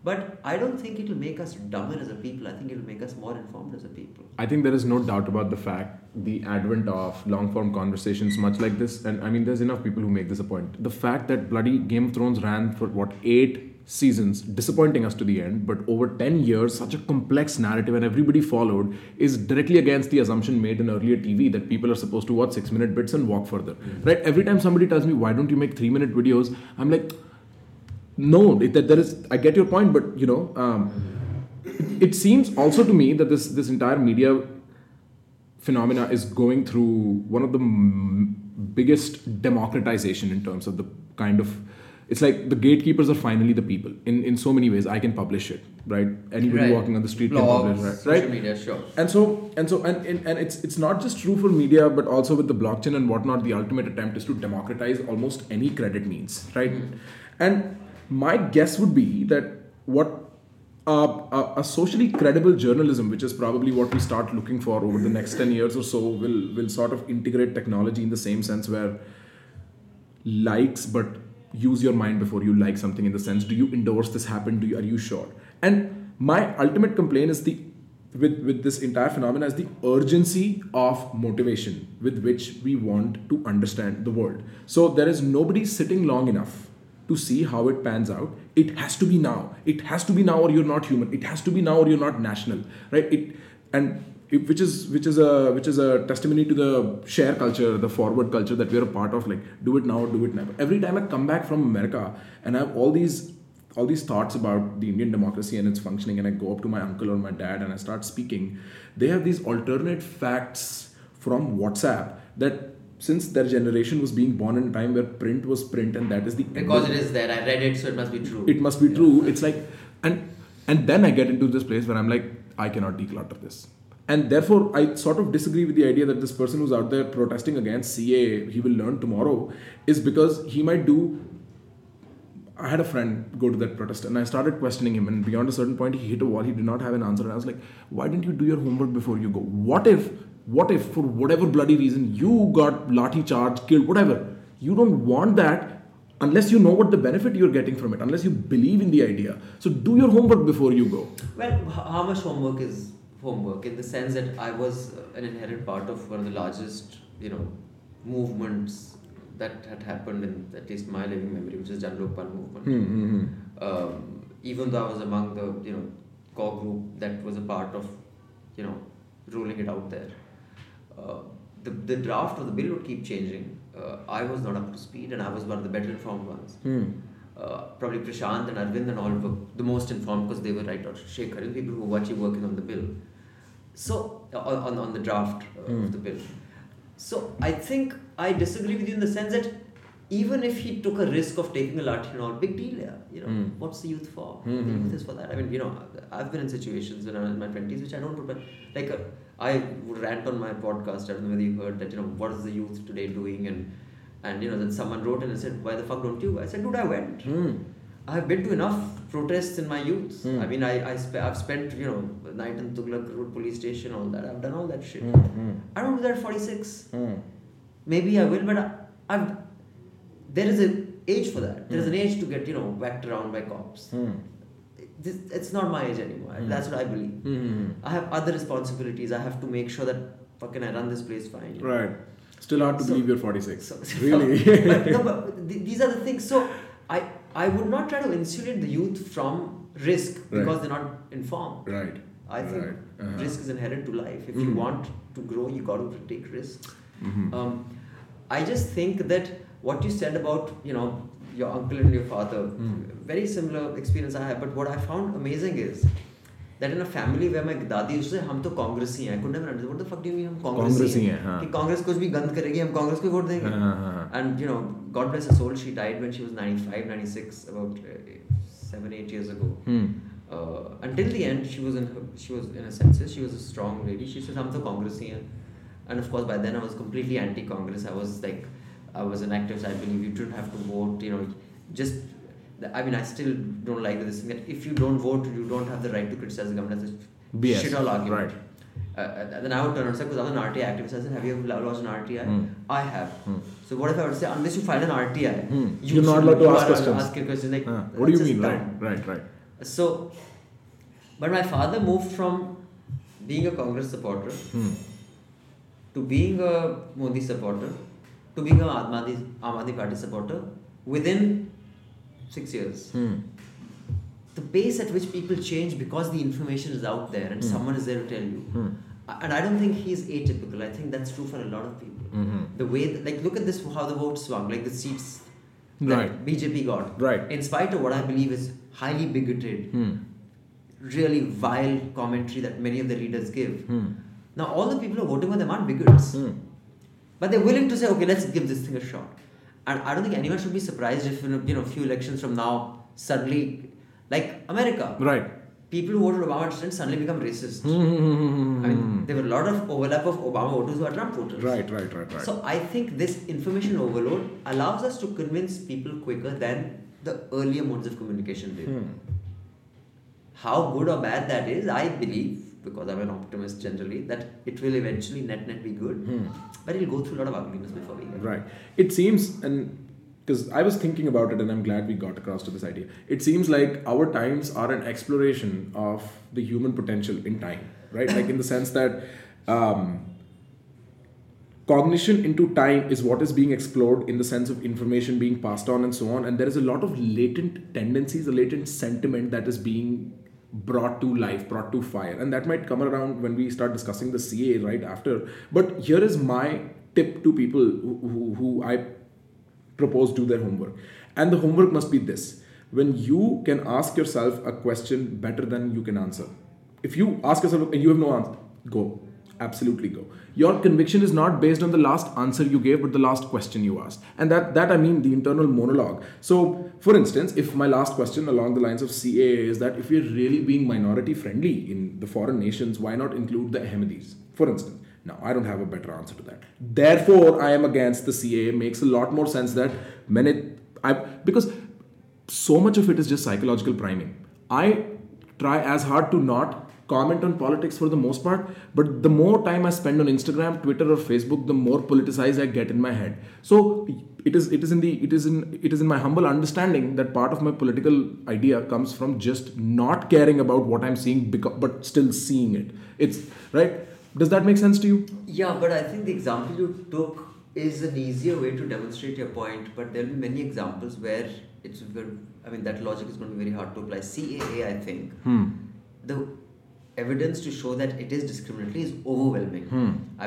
Speaker 1: but I don't think it'll make us dumber as a people. I think it'll make us more informed as a people.
Speaker 2: I think there is no doubt about the fact the advent of long form conversations much like this, and I mean, there's enough people who make this a point. The fact that bloody Game of Thrones ran for what, eight seasons, disappointing us to the end, but over 10 years, such a complex narrative and everybody followed is directly against the assumption made in earlier TV that people are supposed to watch six minute bits and walk further. Right? Every time somebody tells me, why don't you make three minute videos? I'm like, no it, that there is i get your point but you know um, it seems also to me that this this entire media phenomena is going through one of the m- biggest democratization in terms of the kind of it's like the gatekeepers are finally the people in in so many ways i can publish it right anybody walking on the street can
Speaker 1: Blogs,
Speaker 2: publish right
Speaker 1: social
Speaker 2: right
Speaker 1: media, sure.
Speaker 2: and so and so and, and and it's it's not just true for media but also with the blockchain and whatnot the ultimate attempt is to democratize almost any credit needs right and my guess would be that what uh, a, a socially credible journalism which is probably what we start looking for over the next 10 years or so will will sort of integrate technology in the same sense where likes but use your mind before you like something in the sense do you endorse this happened do you, are you sure and my ultimate complaint is the with with this entire phenomenon is the urgency of motivation with which we want to understand the world so there is nobody sitting long enough to see how it pans out it has to be now it has to be now or you're not human it has to be now or you're not national right it and it, which is which is a which is a testimony to the share culture the forward culture that we're a part of like do it now do it never every time i come back from america and i have all these all these thoughts about the indian democracy and its functioning and i go up to my uncle or my dad and i start speaking they have these alternate facts from whatsapp that since their generation was being born in a time where print was print and that is the end
Speaker 1: Because
Speaker 2: of-
Speaker 1: it is there, I read it, so it must be true.
Speaker 2: it must be
Speaker 1: Yeah.
Speaker 2: true it's like and and then i get into this place where i'm like i cannot declutter this and therefore i sort of disagree with the idea that this person who's out there protesting against ca he will learn tomorrow is because he might do I had a friend go to that protest and I started questioning him. And beyond a certain point, he hit a wall. He did not have an answer. And I was like, why didn't you do your homework before you go? What if, what if, for whatever bloody reason, you got lathi charged, killed, whatever? You don't want that unless you know what the benefit you're getting from it, unless you believe in the idea. So do your homework before you go.
Speaker 1: Well, h- how much homework is homework in the sense that I was uh, an inherent part of one of the largest, you know, movements that had happened in at least my living memory, which is Janlokpal movement.
Speaker 2: Hmm.
Speaker 1: Um, even though I was among the you know core group that was a part of, you know, rolling it out there. Uh, the, the draft of the bill would keep changing. Uh, I was not up to speed, and I was one of the better informed ones uh, probably Prashant and Arvind and all were the most informed because they were right, or Shekhar, the people who were actually working on the bill. So, uh, on, on- on the draft uh, of the bill. So, I think I disagree with you in the sense that even if he took a risk of taking a lathi and all, big deal, yeah. You know,
Speaker 2: Mm.
Speaker 1: what's the youth for?
Speaker 2: Mm,
Speaker 1: The
Speaker 2: mm,
Speaker 1: youth
Speaker 2: mm.
Speaker 1: is for that. I mean, you know, I've been in situations when I was in my 20s which I don't prepare. Like, uh, I would rant on my podcast, I don't know whether you heard that, you know, what is the youth today doing? And, and you know, then someone wrote and said, why the fuck don't you? I said, dude, I went. I've been to enough protests in my youth.
Speaker 2: Hmm.
Speaker 1: I mean, I, I spe- I've spent, you know, night in Tughlaq Road police station, all that. I've done all that shit. I don't do that at 46.
Speaker 2: hmm.
Speaker 1: Maybe I will, but I, I've, there is an age for that. There's an
Speaker 2: Hmm.
Speaker 1: age to get, you know, whacked around by cops. This, it's not my age anymore.
Speaker 2: Hmm.
Speaker 1: That's what I believe. I have other responsibilities. I have to make sure that fucking I run this place fine. you know.
Speaker 2: Right. Still hard to
Speaker 1: So-
Speaker 2: believe you're 46.
Speaker 1: So,
Speaker 2: really?
Speaker 1: but, no, but th- these are the things. So I I would not try to insulate the youth from risk because
Speaker 2: Right.
Speaker 1: they're not informed.
Speaker 2: right.
Speaker 1: I think
Speaker 2: Right. Uh-huh.
Speaker 1: risk is inherent to life. If you
Speaker 2: Mhm.
Speaker 1: want to grow, you got to take risks.
Speaker 2: Mhm.
Speaker 1: Um, I just think that what you said about you know your uncle and your father,
Speaker 2: Mm.
Speaker 1: very similar experience I have. But what I found amazing is that in a family where my dadi used to say, "हम तो कांग्रेसी हैं," I could never understand what the fuck do you mean हम कांग्रेसी
Speaker 2: कांग्रेसी
Speaker 1: हैं?
Speaker 2: हैं, हाँ।
Speaker 1: कि कांग्रेस कुछ भी गंद करेगी हम कांग्रेस को वोट देंगे।
Speaker 2: हाँ, हाँ, हाँ, हाँ.
Speaker 1: And you know, God bless her soul, she died when she was 95, 96, about uh, seven, eight years ago.
Speaker 2: Hmm.
Speaker 1: Uh, until the end, she was in her, she was in a census. She was a strong lady. She says, "I'm so Congress here," and of course, by then I was completely anti-Congress. I was like, I was an activist. I believe you don't have to vote. You know, just. the- I mean, I still don't like this thing that if you don't vote, you don't have the right to criticize the government. That's a
Speaker 2: BS.
Speaker 1: shit all argument.
Speaker 2: Right.
Speaker 1: Uh, Uh, then I would turn around and say, because I'm an RTI activist, I said, have you ever lodged an RTI?
Speaker 2: Hmm.
Speaker 1: I have. So what if I would say, unless you file an RTI,
Speaker 2: Hmm.
Speaker 1: you
Speaker 2: You're not
Speaker 1: should-
Speaker 2: allowed to
Speaker 1: you
Speaker 2: ask
Speaker 1: are allowed to
Speaker 2: questions.
Speaker 1: ask your questions. Like,
Speaker 2: Huh. What do you
Speaker 1: that's
Speaker 2: mean?
Speaker 1: just dumb.
Speaker 2: Right, right, right.
Speaker 1: So, but my father moved from being a Congress supporter
Speaker 2: Hmm.
Speaker 1: to being a Modi supporter to being an Aam Aadmi, Aam Aadmi Party supporter within six years.
Speaker 2: Hmm.
Speaker 1: The pace at which people change because the information is out there and someone is there to tell you.
Speaker 2: Hmm.
Speaker 1: A- And I don't think he's atypical. I think that's true for a lot of people.
Speaker 2: Mhm.
Speaker 1: The way, that, like, look at this how the vote swung, like the seats that
Speaker 2: Right.
Speaker 1: BJP got.
Speaker 2: Right.
Speaker 1: In spite of what I believe is highly bigoted,
Speaker 2: Hmm.
Speaker 1: really vile commentary that many of the leaders give.
Speaker 2: Hmm.
Speaker 1: Now, all the people who are voting for them aren't bigots,
Speaker 2: Hmm.
Speaker 1: but they're willing to say, okay, let's give this thing a shot. And I don't think anyone should be surprised if, in a, you know, few elections from now, suddenly, like America,
Speaker 2: Right. Mm-hmm.
Speaker 1: people who voted Obama didn't suddenly become racist. I mean, there were a lot of overlap of Obama voters who are Trump voters.
Speaker 2: Right, right, right, right.
Speaker 1: So I think this information overload allows us to convince people quicker than the earlier modes of communication did.
Speaker 2: Hmm.
Speaker 1: How good or bad that is, I believe, because I'm an optimist generally, that it will
Speaker 2: Hmm.
Speaker 1: eventually net net be good. But it'll go through a lot of ugliness before we get.
Speaker 2: right. It seems, and because I was thinking about it and I'm glad we got across to this idea. It seems like our times are an exploration of the human potential in time, right? Like in the sense that um, cognition into time is what is being explored in the sense of information being passed on and so on. And there is a lot of latent tendencies, a latent sentiment that is being brought to life, brought to fire. And that might come around when we start discussing the CA right after. But here is my tip to people who, who, who I propose do their homework. And the homework must be this when you can ask yourself a question better than you can answer. If you ask yourself and you have no answer, go. Absolutely go. Your conviction is not based on the last answer you gave, but the last question you asked. And that that I mean the internal monologue. So for instance, if my last question along the lines of CAA is that if we're really being minority friendly in the foreign nations, why not include the Ahmadis? For instance. Now, I don't have a better answer to that. Therefore, I am against the CAA. Makes a lot more sense that many, I because so much of it is just psychological priming. I try as hard to not comment on politics for the most part, but the more time I spend on Instagram, Twitter, or Facebook, the more politicized I get in my head. So it is it is in the it is in it is in my humble understanding that part of my political idea comes from just not caring about what I'm seeing, beca- but still seeing it. It's right. Does that make sense to you?
Speaker 1: Yeah, but I think the example you took is an easier way to demonstrate your point. But there will be many examples where it's. ver- I mean, that logic is going to be very hard to apply. CAA, I think, the evidence to show that it is discriminatory is overwhelming.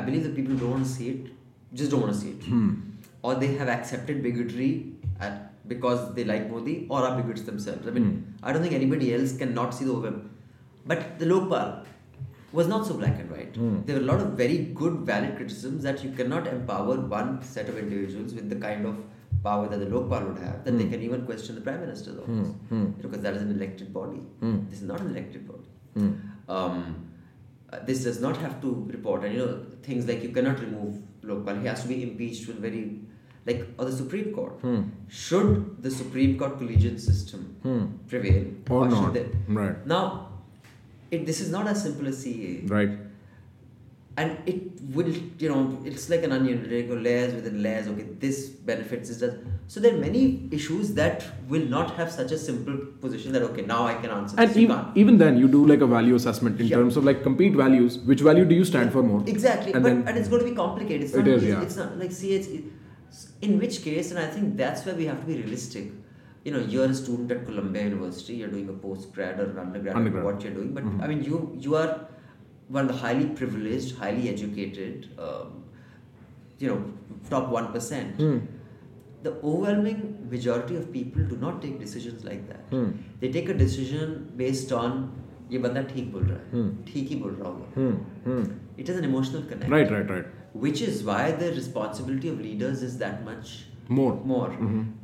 Speaker 1: I believe that people don't want to see it, just don't want to see it, or they have accepted bigotry at, because they like Modi or are bigots themselves. I mean, I don't think anybody else can not see the overwhelm. But the Lokpal was not so black and white. There were a lot of very good, valid criticisms that you cannot empower one set of individuals with the kind of power that the Lokpal would have, that they can even question the Prime Minister's office. Because that is an elected body. This is not an elected body. Um, uh, this does not have to report, and you know, things like you cannot remove Lokpal, he has to be impeached with very, like, or the Supreme Court.
Speaker 2: Hmm.
Speaker 1: Should the Supreme Court collegiate system prevail?
Speaker 2: Hmm. Or
Speaker 1: should
Speaker 2: not.
Speaker 1: they-
Speaker 2: Right.
Speaker 1: now, it, this is not as simple as CA,
Speaker 2: Right.
Speaker 1: and it will, you know, it's like an onion. It will go layers within layers. Okay, this benefits this. Does. So there are many issues that will not have such a simple position that okay, now I can answer.
Speaker 2: And
Speaker 1: this, you
Speaker 2: even,
Speaker 1: can't.
Speaker 2: even then, you do like a value assessment in
Speaker 1: Yeah.
Speaker 2: terms of like compete values. Which value do you stand for more?
Speaker 1: Exactly,
Speaker 2: And
Speaker 1: but
Speaker 2: then-
Speaker 1: and it's going to be complicated. It's
Speaker 2: It
Speaker 1: not
Speaker 2: is,
Speaker 1: easy.
Speaker 2: yeah.
Speaker 1: It's not like see, it's in which case, and I think that's where we have to be realistic. You know, you're a student at Columbia University. You're doing a postgrad or an undergrad,
Speaker 2: Undergrad. Mm-hmm.
Speaker 1: what you're doing. But I mean, you you are one of the highly privileged, highly educated, um, you know, top one percent.
Speaker 2: Hmm,
Speaker 1: The overwhelming majority of people do not take decisions like that.
Speaker 2: Hmm.
Speaker 1: They take a decision based on ये बंदा ठीक बोल रहा
Speaker 2: Hmm.
Speaker 1: है ठीक ही बोल रहा होगा it is an emotional connect.
Speaker 2: Right, right, right.
Speaker 1: Which is why the responsibility of leaders is that much
Speaker 2: More.
Speaker 1: More.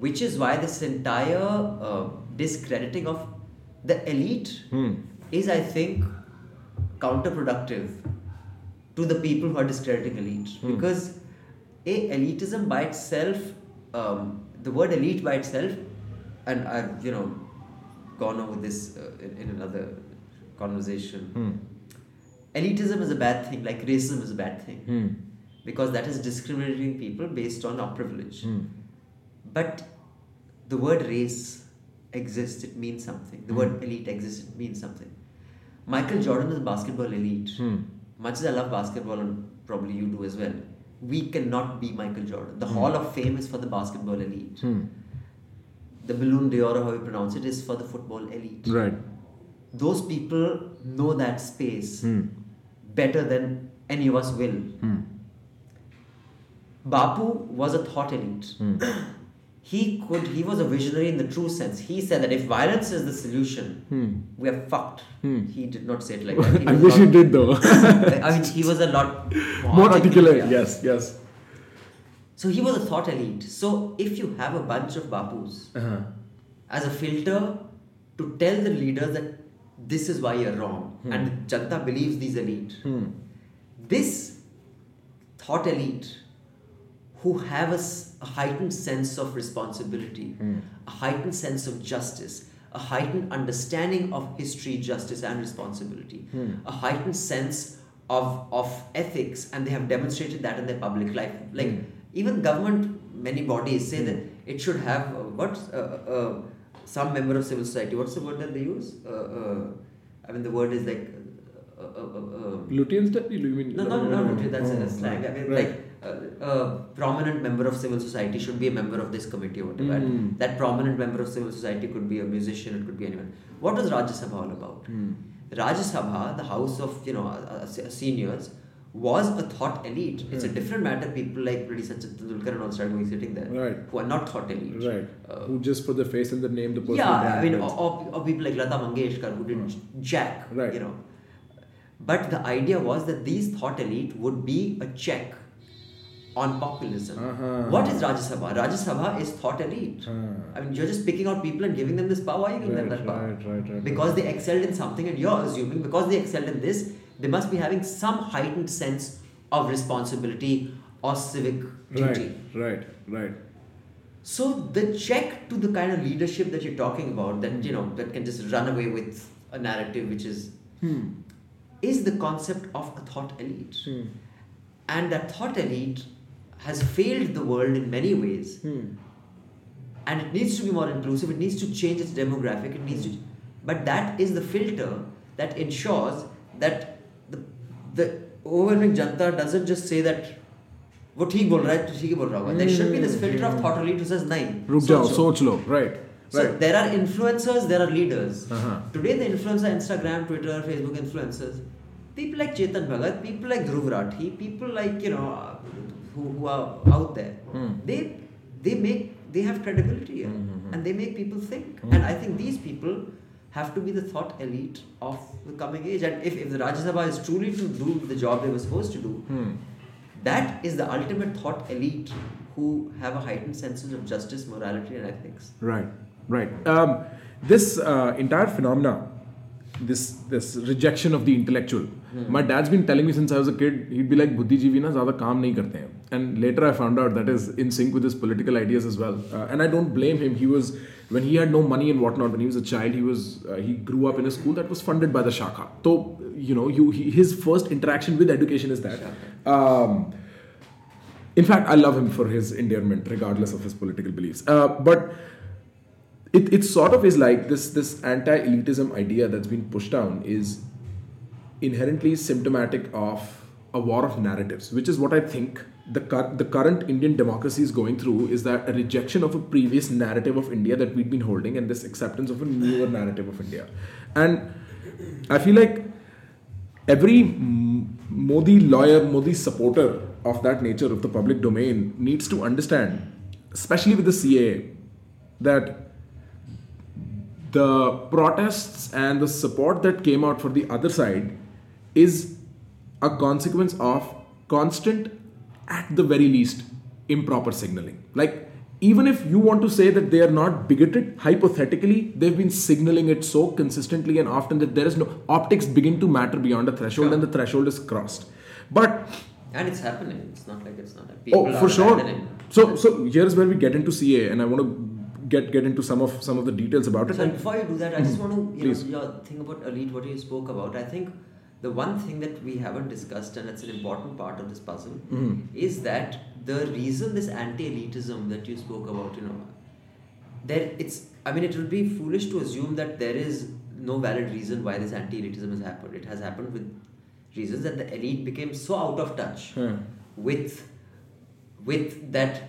Speaker 1: Which is why this entire uh, discrediting of the elite is, I think, counterproductive to the people who are discrediting elite because a elitism by itself, um, the word elite by itself, and I've you know gone over this uh, in, in another conversation
Speaker 2: Hmm.
Speaker 1: elitism is a bad thing, like racism is a bad thing,
Speaker 2: Hmm.
Speaker 1: because that is discriminating people based on our privilege. But the word race exists, it means something. The word elite exists, it means something. Michael Jordan is a basketball elite. Much as I love basketball, and probably you do as well, we cannot be Michael Jordan. The Hall of Fame is for the basketball elite.
Speaker 2: Hmm.
Speaker 1: The Balloon d'Or, or how you pronounce it, is for the football elite
Speaker 2: Right.
Speaker 1: those people know that space
Speaker 2: Hmm.
Speaker 1: better than any of us will. Bapu was a thought elite.
Speaker 2: Hmm.
Speaker 1: he could. He was a visionary in the true sense. He said that if violence is the solution, we are fucked. He did not say it like that. He
Speaker 2: Hmm. I
Speaker 1: was
Speaker 2: wish
Speaker 1: not-
Speaker 2: you did though.
Speaker 1: I mean, he was a lot more,
Speaker 2: More articulate.
Speaker 1: yeah.
Speaker 2: Yes, yes.
Speaker 1: So he was a thought elite. So if you have a bunch of Bapus
Speaker 2: Uh-huh.
Speaker 1: as a filter to tell the leaders that this is why you're wrong and Janta believes these elite. This thought elite who have a, s- a heightened sense of responsibility, a heightened sense of justice, a heightened understanding of history, justice, and responsibility, a heightened sense of, of ethics, and they have demonstrated that in their public life. Like, even government many bodies say that it should have uh, what's uh, uh, some member of civil society what's the word that they use uh, uh, i mean the word is like uh, uh, uh, uh,
Speaker 2: Lutyens, that you mean?
Speaker 1: no, no, no, no, that's
Speaker 2: Oh,
Speaker 1: a slang. I mean,
Speaker 2: right.
Speaker 1: like uh, a prominent member of civil society should be a member of this committee or whatever. And
Speaker 2: Mm.
Speaker 1: That prominent member of civil society could be a musician, it could be anyone. What was Rajya Sabha all about? Rajya Sabha, the house of you know uh, uh, se- seniors, was a thought elite. It's a different matter. People like really such as Tendulkar and all started going sitting there,
Speaker 2: Right.
Speaker 1: who are not thought elite.
Speaker 2: Right.
Speaker 1: Uh,
Speaker 2: Who just put the face and the name, the person.
Speaker 1: yeah, I
Speaker 2: brand,
Speaker 1: mean,
Speaker 2: right.
Speaker 1: or, or, or people like Lata Mangeshkar who did j Jack,
Speaker 2: Right.
Speaker 1: you know. But the idea was that these thought elite would be a check on populism.
Speaker 2: Uh-huh.
Speaker 1: What is Rajya Sabha? Rajya Sabha is thought elite.
Speaker 2: Ah.
Speaker 1: I mean, you're just picking out people and giving them this power. Why are you giving them
Speaker 2: Right,
Speaker 1: that power?
Speaker 2: right, right, right,
Speaker 1: because they excelled in something, and you're assuming because they excelled in this, they must be having some heightened sense of responsibility or civic duty.
Speaker 2: Right, right, right.
Speaker 1: So the check to the kind of leadership that you're talking about, that you know, that can just run away with a narrative which is
Speaker 2: Hmm.
Speaker 1: is the concept of a thought elite.
Speaker 2: Hmm.
Speaker 1: And that thought elite has failed the world in many ways.
Speaker 2: Hmm.
Speaker 1: And it needs to be more inclusive, it needs to change its demographic, it needs to but that is the filter that ensures that the the overwhelming janta doesn't just say that वो ठीक बोल रहा है तो ठीक ही बोल रहा होगा there should be this filter of thought elite who says नहीं
Speaker 2: Hmm. Ruk
Speaker 1: सोच
Speaker 2: jao,
Speaker 1: low."
Speaker 2: soch lo. Right,
Speaker 1: So
Speaker 2: right.
Speaker 1: there are influencers, there are leaders.
Speaker 2: Uh-huh.
Speaker 1: Today, the influencer Instagram, Twitter, Facebook influencers, people like Chetan Bhagat, people like Dhruv Rathi, people like you know uh, who, who are out there.
Speaker 2: Hmm.
Speaker 1: They they make they have credibility here, and they make people think.
Speaker 2: Hmm.
Speaker 1: And I think these people have to be the thought elite of the coming age. And if, if the Rajya Sabha is truly to do the job they were supposed to do,
Speaker 2: Hmm.
Speaker 1: that is the ultimate thought elite who have a heightened sense of justice, morality, and ethics.
Speaker 2: Right, right. Um, this uh, entire phenomena, this this rejection of the intellectual. My dad's been telling me since I was a kid. He'd be like, "बुद्धिजीवी ना ज़्यादा काम नहीं करते हैं." And later I found out that is in sync with his political ideas as well. Uh, and I don't blame him. He was when he had no money and whatnot. When he was a child, he was uh, he grew up in a school that was funded by the Shaka. So you know, you he, his first interaction with education is that. Um, in fact, I love him for his endearment, regardless of his political beliefs. Uh, but it, it sort of is like this this anti-elitism idea that's been pushed down is inherently symptomatic of a war of narratives, which is what I think the cur- the current Indian democracy is going through is that a rejection of a previous narrative of India that we'd been holding and this acceptance of a newer narrative of India, and I feel like every M- Modi lawyer, Modi supporter of that nature of the public domain needs to understand, especially with the CAA, that the protests and the support that came out for the other side is a consequence of constant, at the very least, improper signaling. Like, even if you want to say that they are not bigoted, hypothetically, they've been signaling it so consistently and often that there is no optics begin to matter beyond a threshold and the threshold is crossed. But
Speaker 1: And it's happening. It's not like it's not. happening. People
Speaker 2: Oh,
Speaker 1: are
Speaker 2: for sure.
Speaker 1: abandoning.
Speaker 2: So, so here's where we get into CA, and I want to get get into some of some of the details about it.
Speaker 1: So
Speaker 2: And
Speaker 1: before you do that, I just want to you know,
Speaker 2: Please.
Speaker 1: your thing about elite, what you spoke about. I think the one thing that we haven't discussed, and it's an important part of this puzzle,
Speaker 2: Hmm.
Speaker 1: is that the reason this anti-elitism that you spoke about, you know, there it's. I mean, it would be foolish to assume that there is no valid reason why this anti-elitism has happened. It has happened with reasons that the elite became so out of touch
Speaker 2: Hmm.
Speaker 1: with with that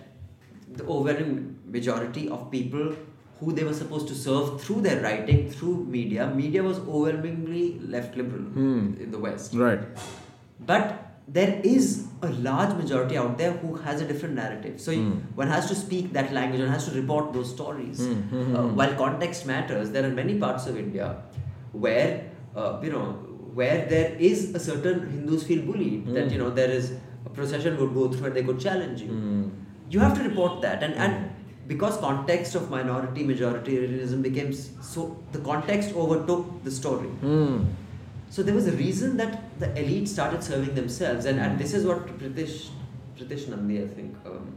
Speaker 1: the overwhelming majority of people who they were supposed to serve through their writing, through media. Media was overwhelmingly left liberal in the West.
Speaker 2: right,
Speaker 1: But there is a large majority out there who has a different narrative. So one has to speak that language, one has to report those stories. Uh, while context matters, there are many parts of India where, uh, you know, where there is a certain Hindus feel bullied, that, you know, there is a procession would go through and they could challenge you. You have to report that. And, and because context of minority majoritarianism became s- so, the context overtook the story. Hmm. So there was a reason that the elite started serving themselves, and, and this is what Pritish, Pritish Nandi, I think, um,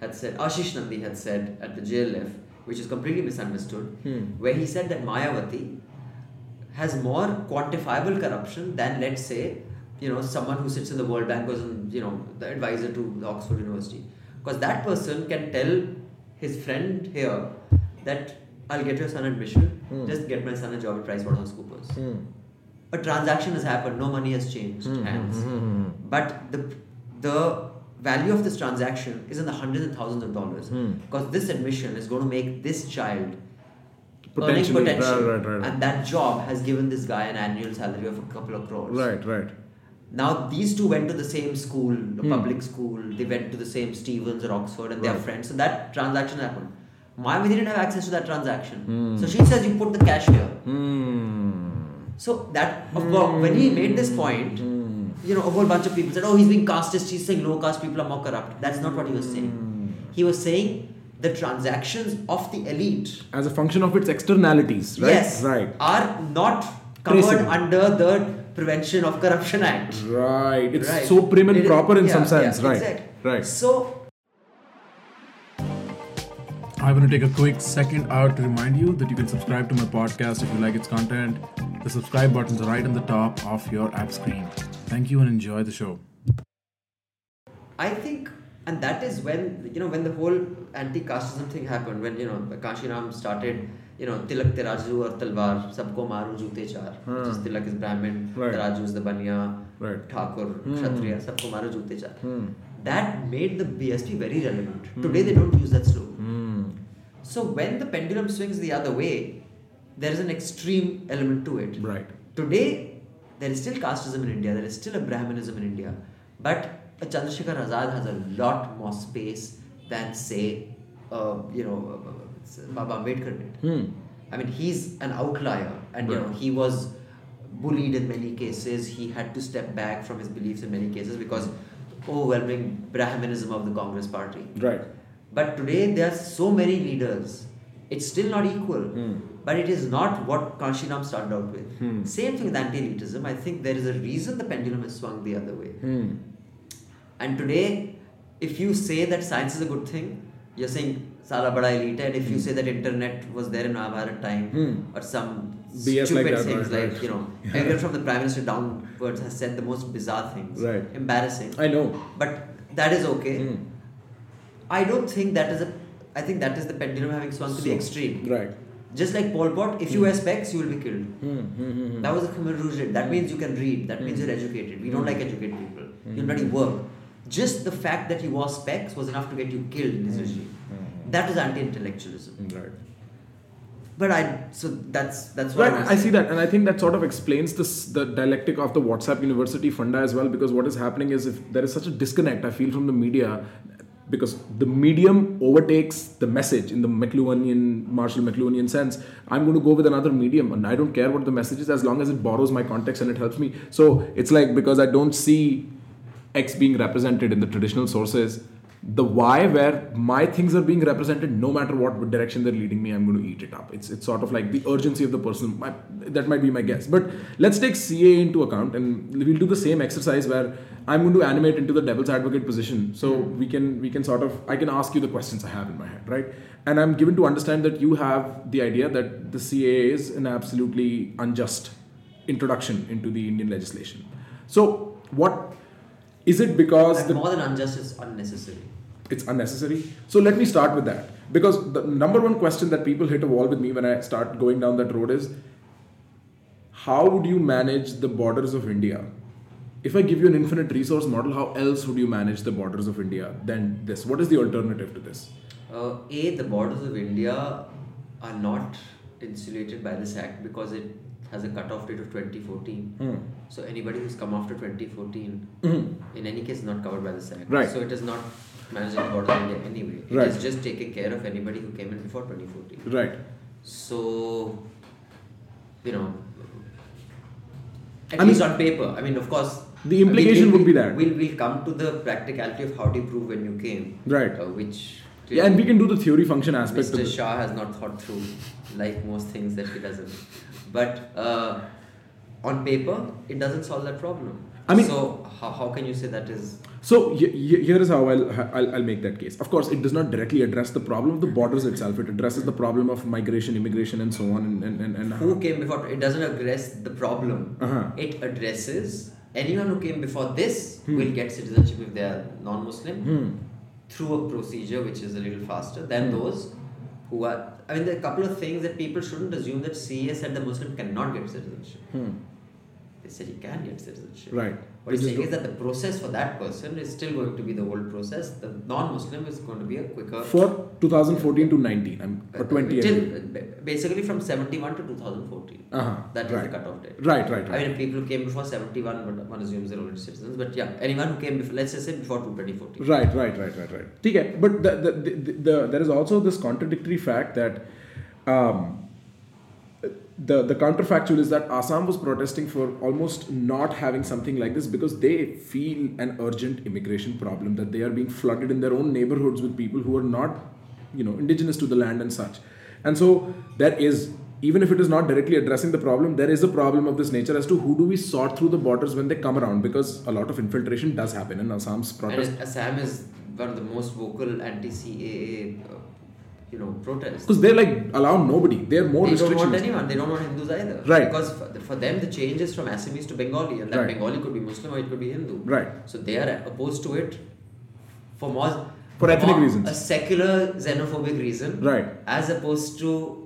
Speaker 1: had said, Ashish Nandi had said at the JLF, which is completely misunderstood, where he said that Mayawati has more quantifiable corruption than, let's say, you know, someone who sits in the World Bank was, you know, the advisor to the Oxford University. Because that person can tell his friend here that I'll get your son admission,
Speaker 2: Hmm.
Speaker 1: just get my son a job at PricewaterhouseCoopers. A transaction has happened, no money has changed
Speaker 2: Hmm,
Speaker 1: hands. But the the value of this transaction is in the hundreds and thousands of dollars
Speaker 2: Hmm.
Speaker 1: because this admission is going to make this child earning
Speaker 2: Potentially,
Speaker 1: potential,
Speaker 2: right, right, right.
Speaker 1: and that job has given this guy an annual salary of a couple of crores.
Speaker 2: Right, right.
Speaker 1: Now these two went to the same school, the public school. They went to the same Stevens or Oxford, and they are
Speaker 2: Hmm. Right.
Speaker 1: friends. So that transaction happened. Mayuri didn't have access to that transaction. So she says, "You put the cash here."
Speaker 2: Hmm.
Speaker 1: So that of course, when he made this point, you know, a whole bunch of people said, "Oh, he's being castist. He's saying low caste people are more corrupt." That's not what he was
Speaker 2: Hmm.
Speaker 1: saying. He was saying the transactions of the elite,
Speaker 2: As a function of its externalities, right?
Speaker 1: yes,
Speaker 2: Right.
Speaker 1: are not covered
Speaker 2: Traceable.
Speaker 1: under the Prevention of Corruption Act.
Speaker 2: Right. It's
Speaker 1: Right.
Speaker 2: so prim and
Speaker 1: It is-
Speaker 2: proper in some
Speaker 1: yeah, yeah,
Speaker 2: sense, right?
Speaker 1: exactly.
Speaker 2: Right.
Speaker 1: So
Speaker 5: I want to take a quick second out to remind you that you can subscribe to my podcast if you like its content. The subscribe button is right on the top of your app screen. Thank you and enjoy the show.
Speaker 1: I think, and that is when you know when the whole anti-casteism thing happened. When you know Kashiram started, you know Tilak Teraju or Talwar, sabko maru jute char. Which is Tilak is Brahmin,
Speaker 2: Hmm. Right.
Speaker 1: Teraju is the Baniya,
Speaker 2: Right. Hmm.
Speaker 1: Thakur, Kshatriya, sabko maru jute char. That made the BSP very relevant.
Speaker 2: Hmm.
Speaker 1: Today they don't use that slogan. So when the pendulum swings the other way, there is an extreme element to it.
Speaker 2: Right.
Speaker 1: Today, there is still casteism in India, there is still a Brahminism in India, but a Chandrasekhar Azad has a lot more space than, say, uh, you know, uh, Baba Ambedkar did. I mean, he's an outlier, and you know, he was bullied in many cases. He had to step back from his beliefs in many cases because overwhelming Brahminism of the Congress Party.
Speaker 2: Right.
Speaker 1: But today there are so many leaders. It's still not equal,
Speaker 2: Hmm.
Speaker 1: but it is not what Kanshiram started out with. Same thing with anti-elitism. I think there is a reason the pendulum has swung the other way.
Speaker 2: Hmm.
Speaker 1: And today, if you say that science is a good thing, you're saying sala bada elite. And if you
Speaker 2: Hmm.
Speaker 1: say that internet was there in Mahabharata time or some stupid
Speaker 2: BS Hmm. like that,
Speaker 1: things
Speaker 2: right,
Speaker 1: like
Speaker 2: right.
Speaker 1: you know, everyone from the prime minister downwards has said the most bizarre things,
Speaker 2: Right. Hmm.
Speaker 1: embarrassing.
Speaker 2: I know.
Speaker 1: But that is okay. I don't think that is a. I think that is the pendulum having swung to the extreme.
Speaker 2: Right. Hmm,
Speaker 1: Just like Pol Pot, if you wear specs, you will be killed. That was the Khmer Rouge did. That means you can read. That means you're educated. We
Speaker 2: Hmm.
Speaker 1: don't like educated people. You'll bloody work. Just the fact that you wore specs was enough to get you killed in this
Speaker 2: Hmm.
Speaker 1: regime. That was anti-intellectualism.
Speaker 2: Right.
Speaker 1: But I. So that's that's what.
Speaker 2: Right,
Speaker 1: was
Speaker 2: I see
Speaker 1: saying.
Speaker 2: that, and I think that sort of explains this the dialectic of the WhatsApp University funda as well. Because what is happening is if there is such a disconnect, I feel from the media, because the medium overtakes the message in the McLuhanian Marshall McLuhanian sense. I'm going to go with another medium, and I don't care what the message is as long as it borrows my context and it helps me. So it's like because I don't see X being represented in the traditional sources. The Y, where my things are being represented, no matter what direction they're leading me, I'm going to eat it up. It's it's sort of like the urgency of the person. My, that might be my guess. But let's take CA into account, and we'll do the same exercise where I'm going to animate into the devil's advocate position. So we can we can sort of I can ask you the questions I have in my head, right? And I'm given to understand that you have the idea that the CA is an absolutely unjust introduction into the Indian legislation. So what is it because
Speaker 1: And
Speaker 2: the,
Speaker 1: more than unjust is unnecessary.
Speaker 2: it's unnecessary? So let me start with that. Because the number one question that people hit a wall with me when I start going down that road is how would you manage the borders of India? If I give you an infinite resource model, how else would you manage the borders of India than this? What is the alternative to this?
Speaker 1: Uh, A, the borders of India are not insulated by this act because it has a cutoff date of 2014.
Speaker 2: Hmm.
Speaker 1: So anybody who's come after 2014, in any case, is not covered by this act.
Speaker 2: Right.
Speaker 1: So it is not managing the borders of India anyway.
Speaker 2: Right.
Speaker 1: It is just taking care of anybody who came in before 2014.
Speaker 2: Right.
Speaker 1: So, you know, at
Speaker 2: I mean-
Speaker 1: least on paper. I mean, of course.
Speaker 2: The implication
Speaker 1: we'll-
Speaker 2: would be that.
Speaker 1: We'll, we'll come to the practicality of how do you prove when you came.
Speaker 2: Right.
Speaker 1: Uh, which.
Speaker 2: Yeah, and we can do the theory function aspect of
Speaker 1: Mr.
Speaker 2: this.
Speaker 1: Shah has not thought through, like most things that he doesn't. But uh, on paper, it doesn't solve that problem.
Speaker 2: I mean-
Speaker 1: so how, how can you say that is?
Speaker 2: So y- y- here is how I'll, I'll I'll make that case. Of course, it does not directly address the problem of the borders itself. It addresses the problem of migration, immigration, and so on, and and and, and
Speaker 1: Who came before? It doesn't address the problem.
Speaker 2: Uh-huh.
Speaker 1: It
Speaker 2: Hmm.
Speaker 1: addresses anyone who came before this will get citizenship if they are non-Muslim. through a procedure which is a little faster
Speaker 2: Hmm.
Speaker 1: than those who are. I mean, there are a couple of things that people shouldn't assume that CA said the Muslim cannot get citizenship. They said he can get citizenship.
Speaker 2: hmm. Right.
Speaker 1: What he's
Speaker 2: They just
Speaker 1: saying is that the process for that person is still going to be the old process. The non-Muslim is going to be a quicker.
Speaker 2: For 2014 to 19, I'm, or 20.
Speaker 1: Till-
Speaker 2: anyway.
Speaker 1: basically from 71 to 2014.
Speaker 2: Uh-huh.
Speaker 1: That was
Speaker 2: Right.
Speaker 1: the cutoff date.
Speaker 2: Right, right,
Speaker 1: I
Speaker 2: right.
Speaker 1: mean, people who came before 71, but one assumes they're already citizens. But yeah, anyone who came before, let's just say before 2014.
Speaker 2: Right, right, right, right, right. ठीक है, but the, the, the, the, the, there is also this contradictory fact that um, the the counterfactual is that Assam was protesting for almost not having something like this because they feel an urgent immigration problem that they are being flooded in their own neighborhoods with people who are not, you know, indigenous to the land and such, and so there is. Even if it is not directly addressing the problem, there is a problem of this nature as to who do we sort through the borders when they come around because a lot of infiltration does happen in Assam's protest.
Speaker 1: And Assam is one of the most vocal anti-CAA, uh, you know, protests.
Speaker 2: Because they like allow nobody. They're more
Speaker 1: they don't want
Speaker 2: restrictionist.
Speaker 1: anyone. They don't want Hindus either.
Speaker 2: Right.
Speaker 1: Because for, for them, the change is from Assamese to Bengali, and that
Speaker 2: Right.
Speaker 1: Bengali could be Muslim or it could be Hindu.
Speaker 2: Right.
Speaker 1: So they are opposed to it for more
Speaker 2: For ethnic
Speaker 1: more
Speaker 2: reasons.
Speaker 1: a secular xenophobic reason.
Speaker 2: Right.
Speaker 1: As opposed to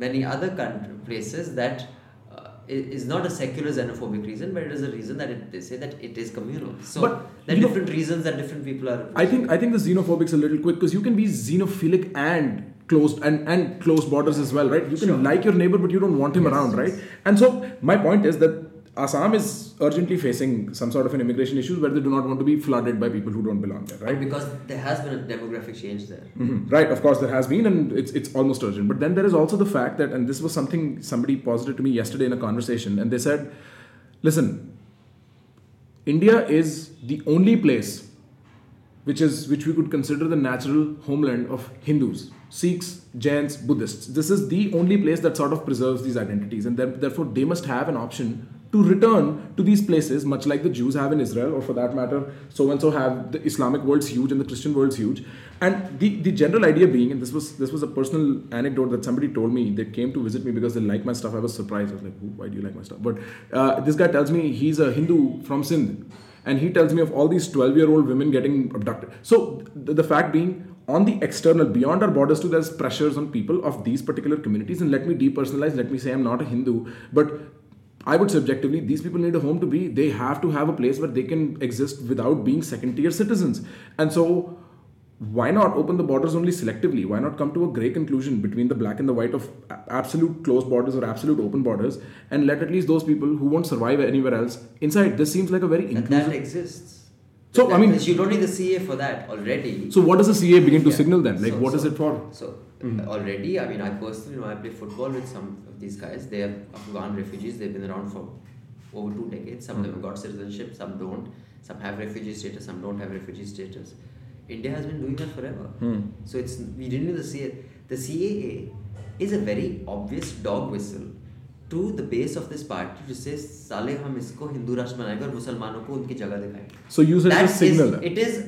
Speaker 1: many other country, places that. uh, i- Is not a secular xenophobic reason, but it is a reason that it, they say that it is communal. So
Speaker 2: But,
Speaker 1: there are
Speaker 2: you know-
Speaker 1: different reasons that different people are.
Speaker 2: I think I think the xenophobic's a little quick because you can be xenophilic and closed and and closed borders as well, right? You can like your neighbor, but you don't want him around, right? And so my point is that Assam is urgently facing some sort of an immigration issue where they do not want to be flooded by people who don't belong there, right?
Speaker 1: right because there has been a demographic change there.
Speaker 2: Mhm. Right, of course, there has been, and it's it's almost urgent. But then there is also the fact that, and this was something somebody posited to me yesterday in a conversation, and they said, "Listen, India is the only place which is which we could consider the natural homeland of Hindus, Sikhs, Jains, Buddhists. This is the only place that sort of preserves these identities, and there- therefore they must have an option to return to these places, much like the Jews have in Israel, or for that matter, so and so have the Islamic world's huge and the Christian world's huge. And the, the general idea being, and this was this was a personal anecdote that somebody told me. They came to visit me because they like my stuff. I was surprised. I was like, "Who- why do you like my stuff? But uh, this guy tells me he's a Hindu from Sindh and he tells me of all these 12 year old women getting abducted so the, the fact being on the external beyond our borders too there's pressures on people of these particular communities and let me depersonalize let me say i'm not a hindu but i would subjectively these people need a home to be they have to have a place where they can exist without being second tier citizens and so why not open the borders only selectively? Why not come to a grey conclusion between the black and the white of a- absolute closed borders or absolute open borders and let at least those people who won't survive anywhere else inside? This seems like a very
Speaker 1: And
Speaker 2: inclusive.
Speaker 1: that exists.
Speaker 2: So,
Speaker 1: That-
Speaker 2: I mean-
Speaker 1: you don't need the CA for that already.
Speaker 2: So, what does the CA begin to
Speaker 1: Yeah.
Speaker 2: signal then? Like,
Speaker 1: So-
Speaker 2: what is
Speaker 1: so-
Speaker 2: it for?
Speaker 1: So
Speaker 2: mm-hmm.
Speaker 1: uh, already, I mean, I personally, when I play football with some of these guys, they are Afghan refugees. They've been around for over two decades. Some of them have
Speaker 2: Mm-hmm.
Speaker 1: got citizenship, some don't. Some have refugee status, some don't have refugee status. India has been doing that forever.
Speaker 2: Hmm.
Speaker 1: So it's we didn't need the CA. The CAA is a very obvious dog whistle to the base of this party to say, साले हम इसको हिंदू राष्ट्र बनाएंगे और मुसलमानों को उनकी जगह दिखाएंगे
Speaker 2: So, use it
Speaker 1: that
Speaker 2: as a
Speaker 1: is
Speaker 2: signal. then.
Speaker 1: it is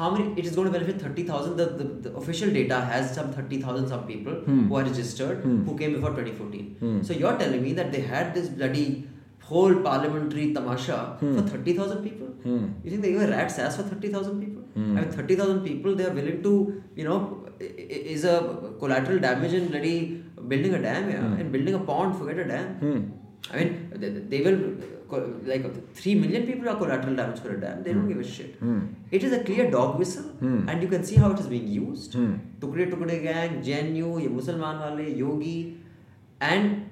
Speaker 1: how many it is going to benefit 30000 the, the, the official data has some 30000 some people
Speaker 2: Hmm.
Speaker 1: who are registered who came before 2014 so you're telling me that they had this bloody whole parliamentary tamasha
Speaker 2: Hmm.
Speaker 1: for 30000 people you think they give a rat's ass for 30000 people i mean 30000 people they are willing to you know i- i- is a collateral damage in bloody building a dam yeah and building a pond forget a dam I mean, they, they will co- like three million people are collateral damage for a dam. They don't give a shit. It is a clear dog whistle, and you can see how it is being used. Tukde Tukde Gang, JNU, ये मुसलमान वाले, Yogi, and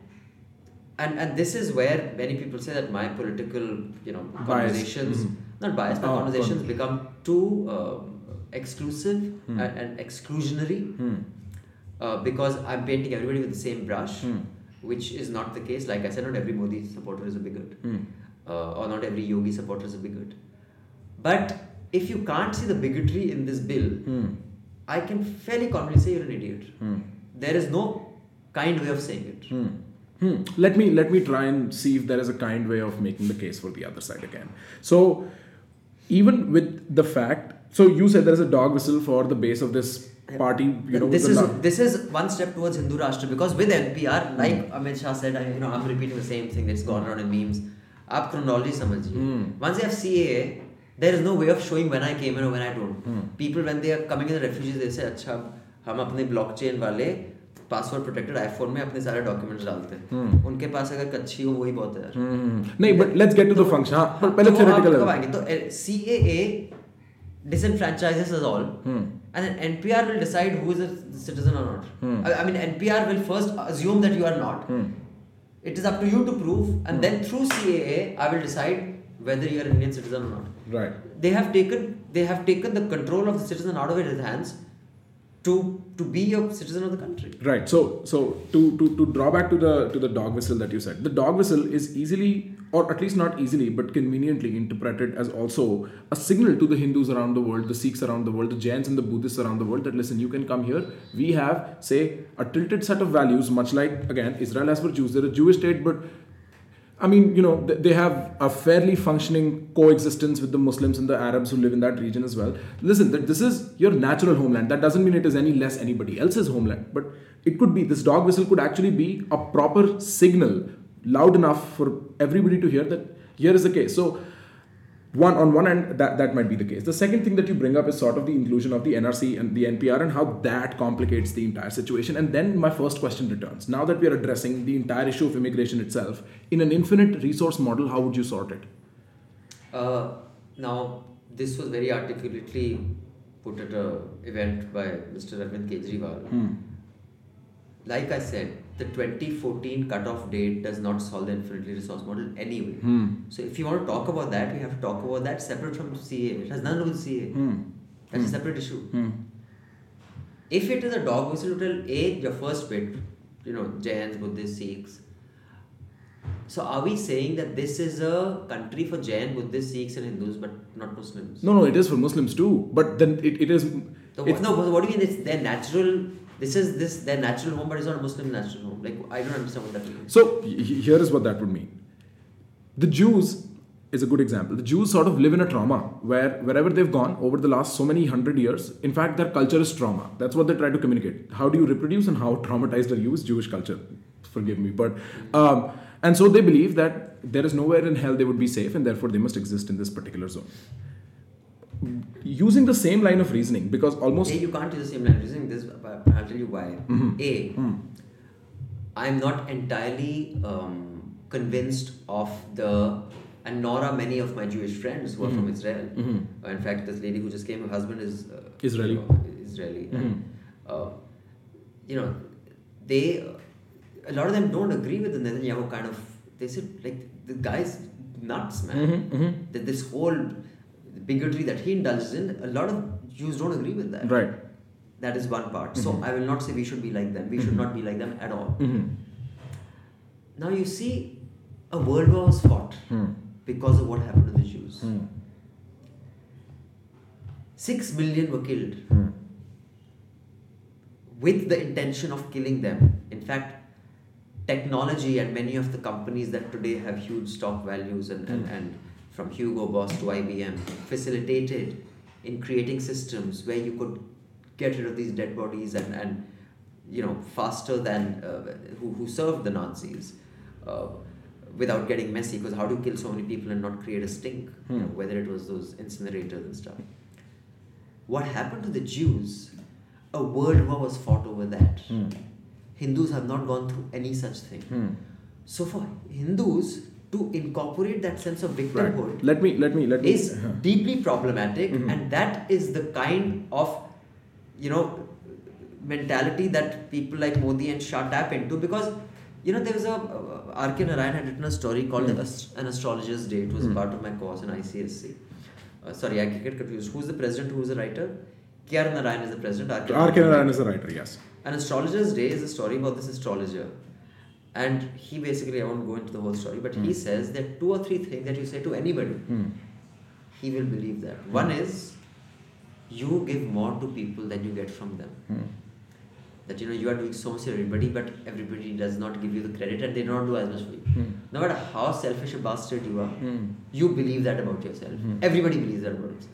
Speaker 1: and and this is where many people say that my political you know conversations, not biased, my
Speaker 2: Oh,
Speaker 1: conversations become too um exclusive
Speaker 2: Hmm.
Speaker 1: and, and exclusionary uh, because I'm painting everybody with the same brush,
Speaker 2: Hmm.
Speaker 1: which is not the case. Like I said, not every Modi supporter is a bigot,
Speaker 2: Hmm.
Speaker 1: uh, or not every Yogi supporter is a bigot. But if you can't see the bigotry in this bill,
Speaker 2: Hmm.
Speaker 1: I can fairly confidently say you're an idiot. There is no kind way of saying it.
Speaker 2: Hmm. Let me let me try and see if there is a kind way of making the case for the other side again. So even with the fact, so you said there is a dog whistle for the base of this party. You know, with
Speaker 1: this
Speaker 2: the
Speaker 1: is
Speaker 2: love.
Speaker 1: this is one step towards Hindu Rashtra because with
Speaker 2: Hmm.
Speaker 1: NPR, like Amit Shah said, I, you know,
Speaker 2: Hmm.
Speaker 1: I'm repeating the same thing that's gone around in memes. आप chronology समझिए. Once you have CAA, there is no way of showing when I came in or when I don't.
Speaker 2: Hmm.
Speaker 1: People, when they are coming in the refugees, they say, अच्छा हम अपने blockchain वाले password protected iPhone में अपने सारे documents डालते
Speaker 2: Hmm.
Speaker 1: हैं उनके पास अगर कच्ची हो वही बहुत है यार
Speaker 2: नहीं but let's get to the function हाँ पर पहले
Speaker 1: तो वो आप
Speaker 2: theoretical
Speaker 1: कब
Speaker 2: level.
Speaker 1: आएंगे तो C A A disenfranchises us all
Speaker 2: hmm.
Speaker 1: and then npr will decide who is a citizen or not
Speaker 2: hmm.
Speaker 1: I, I mean npr will first assume that you are not
Speaker 2: hmm.
Speaker 1: it is up to you to prove and then through caa i will decide whether you are an indian citizen or not
Speaker 6: Right.
Speaker 1: they have taken they have taken the control of the citizen out of his hands to to be a citizen of the country.
Speaker 2: Right. So so to, to to draw back to the to the dog whistle that you said, the dog whistle is easily or at least not easily but conveniently interpreted as also a signal to the Hindus around the world, the Sikhs around the world, the Jains and the Buddhists around the world that listen, you can come here. We have say a tilted set of values, much like again Israel has for Jews. They're a Jewish state, but I mean, you know, th- they have a fairly functioning coexistence with the Muslims and the Arabs who live in that region as well. Listen, that this is your natural homeland. That doesn't mean it is any less anybody else's homeland, but it could be this dog whistle could actually be a proper signal, loud enough for everybody to hear that here is the case. So, one on one end, that that might be the case. The second thing that you bring up is sort of the inclusion of the NRC and the NPR and how that complicates the entire situation. And then my first question returns: Now that we are addressing the entire issue of immigration itself in an infinite resource model, how would you sort it?
Speaker 1: Uh, now this was very articulately put at a event by Mr. Arvind Kejriwal. Like I said, the 2014 cutoff date does not solve the infinitely resource model anyway.
Speaker 2: Hmm.
Speaker 1: So if you want to talk about that, we have to talk about that separate from CA. It has nothing to do with CA.
Speaker 2: Hmm.
Speaker 1: That's a separate issue. If it is a dog whistle to tell A, your first bit, you know, Jains, Buddhists, Sikhs. So are we saying that this is a country for Jain, Buddhists, Sikhs, and Hindus, but not Muslims?
Speaker 2: No, no, it is for Muslims too, but then it, it is.
Speaker 1: So
Speaker 2: it's-
Speaker 1: what, no, what do you mean? It's their natural. This is this their natural home, but it's not a Muslim natural home. Like I don't understand what that means.
Speaker 2: So he- he- here is what that would mean. The Jews is a good example. The Jews sort of live in a trauma where wherever they've gone over the last so many hundred years, in fact, their culture is trauma. That's what they try to communicate. How do you reproduce and how traumatized are you is Jewish culture. Forgive me, but um, and so they believe that there is nowhere in hell they would be safe, and therefore they must exist in this particular zone. Using the same line of reasoning, because almost
Speaker 1: A, you can't use the same language. Using this, but I'll tell you why. A, I'm not entirely um, convinced of the, and nor are many of my Jewish friends who are from Israel. Uh, in fact, this lady who just came, her husband is uh,
Speaker 2: Israeli.
Speaker 1: you know, Israeli. And, uh, you know, they, a lot of them don't agree with the Netanyahu kind of. They said like the guy's nuts, man.
Speaker 2: Mm-hmm.
Speaker 1: That this whole bigotry that he indulges in, a lot of Jews don't agree with that.
Speaker 2: right.
Speaker 1: That is one part. So I will not say we should be like them. We should not be like them at all.
Speaker 2: Mm-hmm.
Speaker 1: Now you see, a world war was fought
Speaker 2: hmm,
Speaker 1: because of what happened to the Jews.
Speaker 2: Mm-hmm.
Speaker 1: Six million were killed with the intention of killing them. In fact, technology and many of the companies that today have huge stock values and, and, and from Hugo Boss to IBM facilitated in creating systems where you could get rid of these dead bodies and, and you know faster than uh, who, who served the Nazis uh, without getting messy because how do you kill so many people and not create a stink you know, whether it was those incinerators and stuff what happened to the Jews, a world war was fought over that. Hindus have not gone through any such thing. So for Hindus to incorporate that sense of victimhood
Speaker 2: Let me let me let me Mm-hmm.
Speaker 1: is deeply problematic, and that is the kind of you know mentality that people like Modi and Shah tap into because you know there was a uh, R K Narayan had written a story called
Speaker 2: Mm.
Speaker 1: Ast- an astrologer's day. It was part of my course in ICSC. Uh, sorry, I get confused. Who's the president? Who's the writer? K R Narayan is the president. R K
Speaker 2: R. K. Narayan is a writer, yes.
Speaker 1: an astrologer's day is a story about this astrologer. And he basically, I won't go into the whole story, but he says that two or three things that you say to anybody, he will believe that. One is, you give more to people than you get from them. That you know, you are doing so much for everybody, but everybody does not give you the credit and they do not do as much for you. No matter how selfish a bastard you are, you believe that about yourself. Everybody believes that about himself.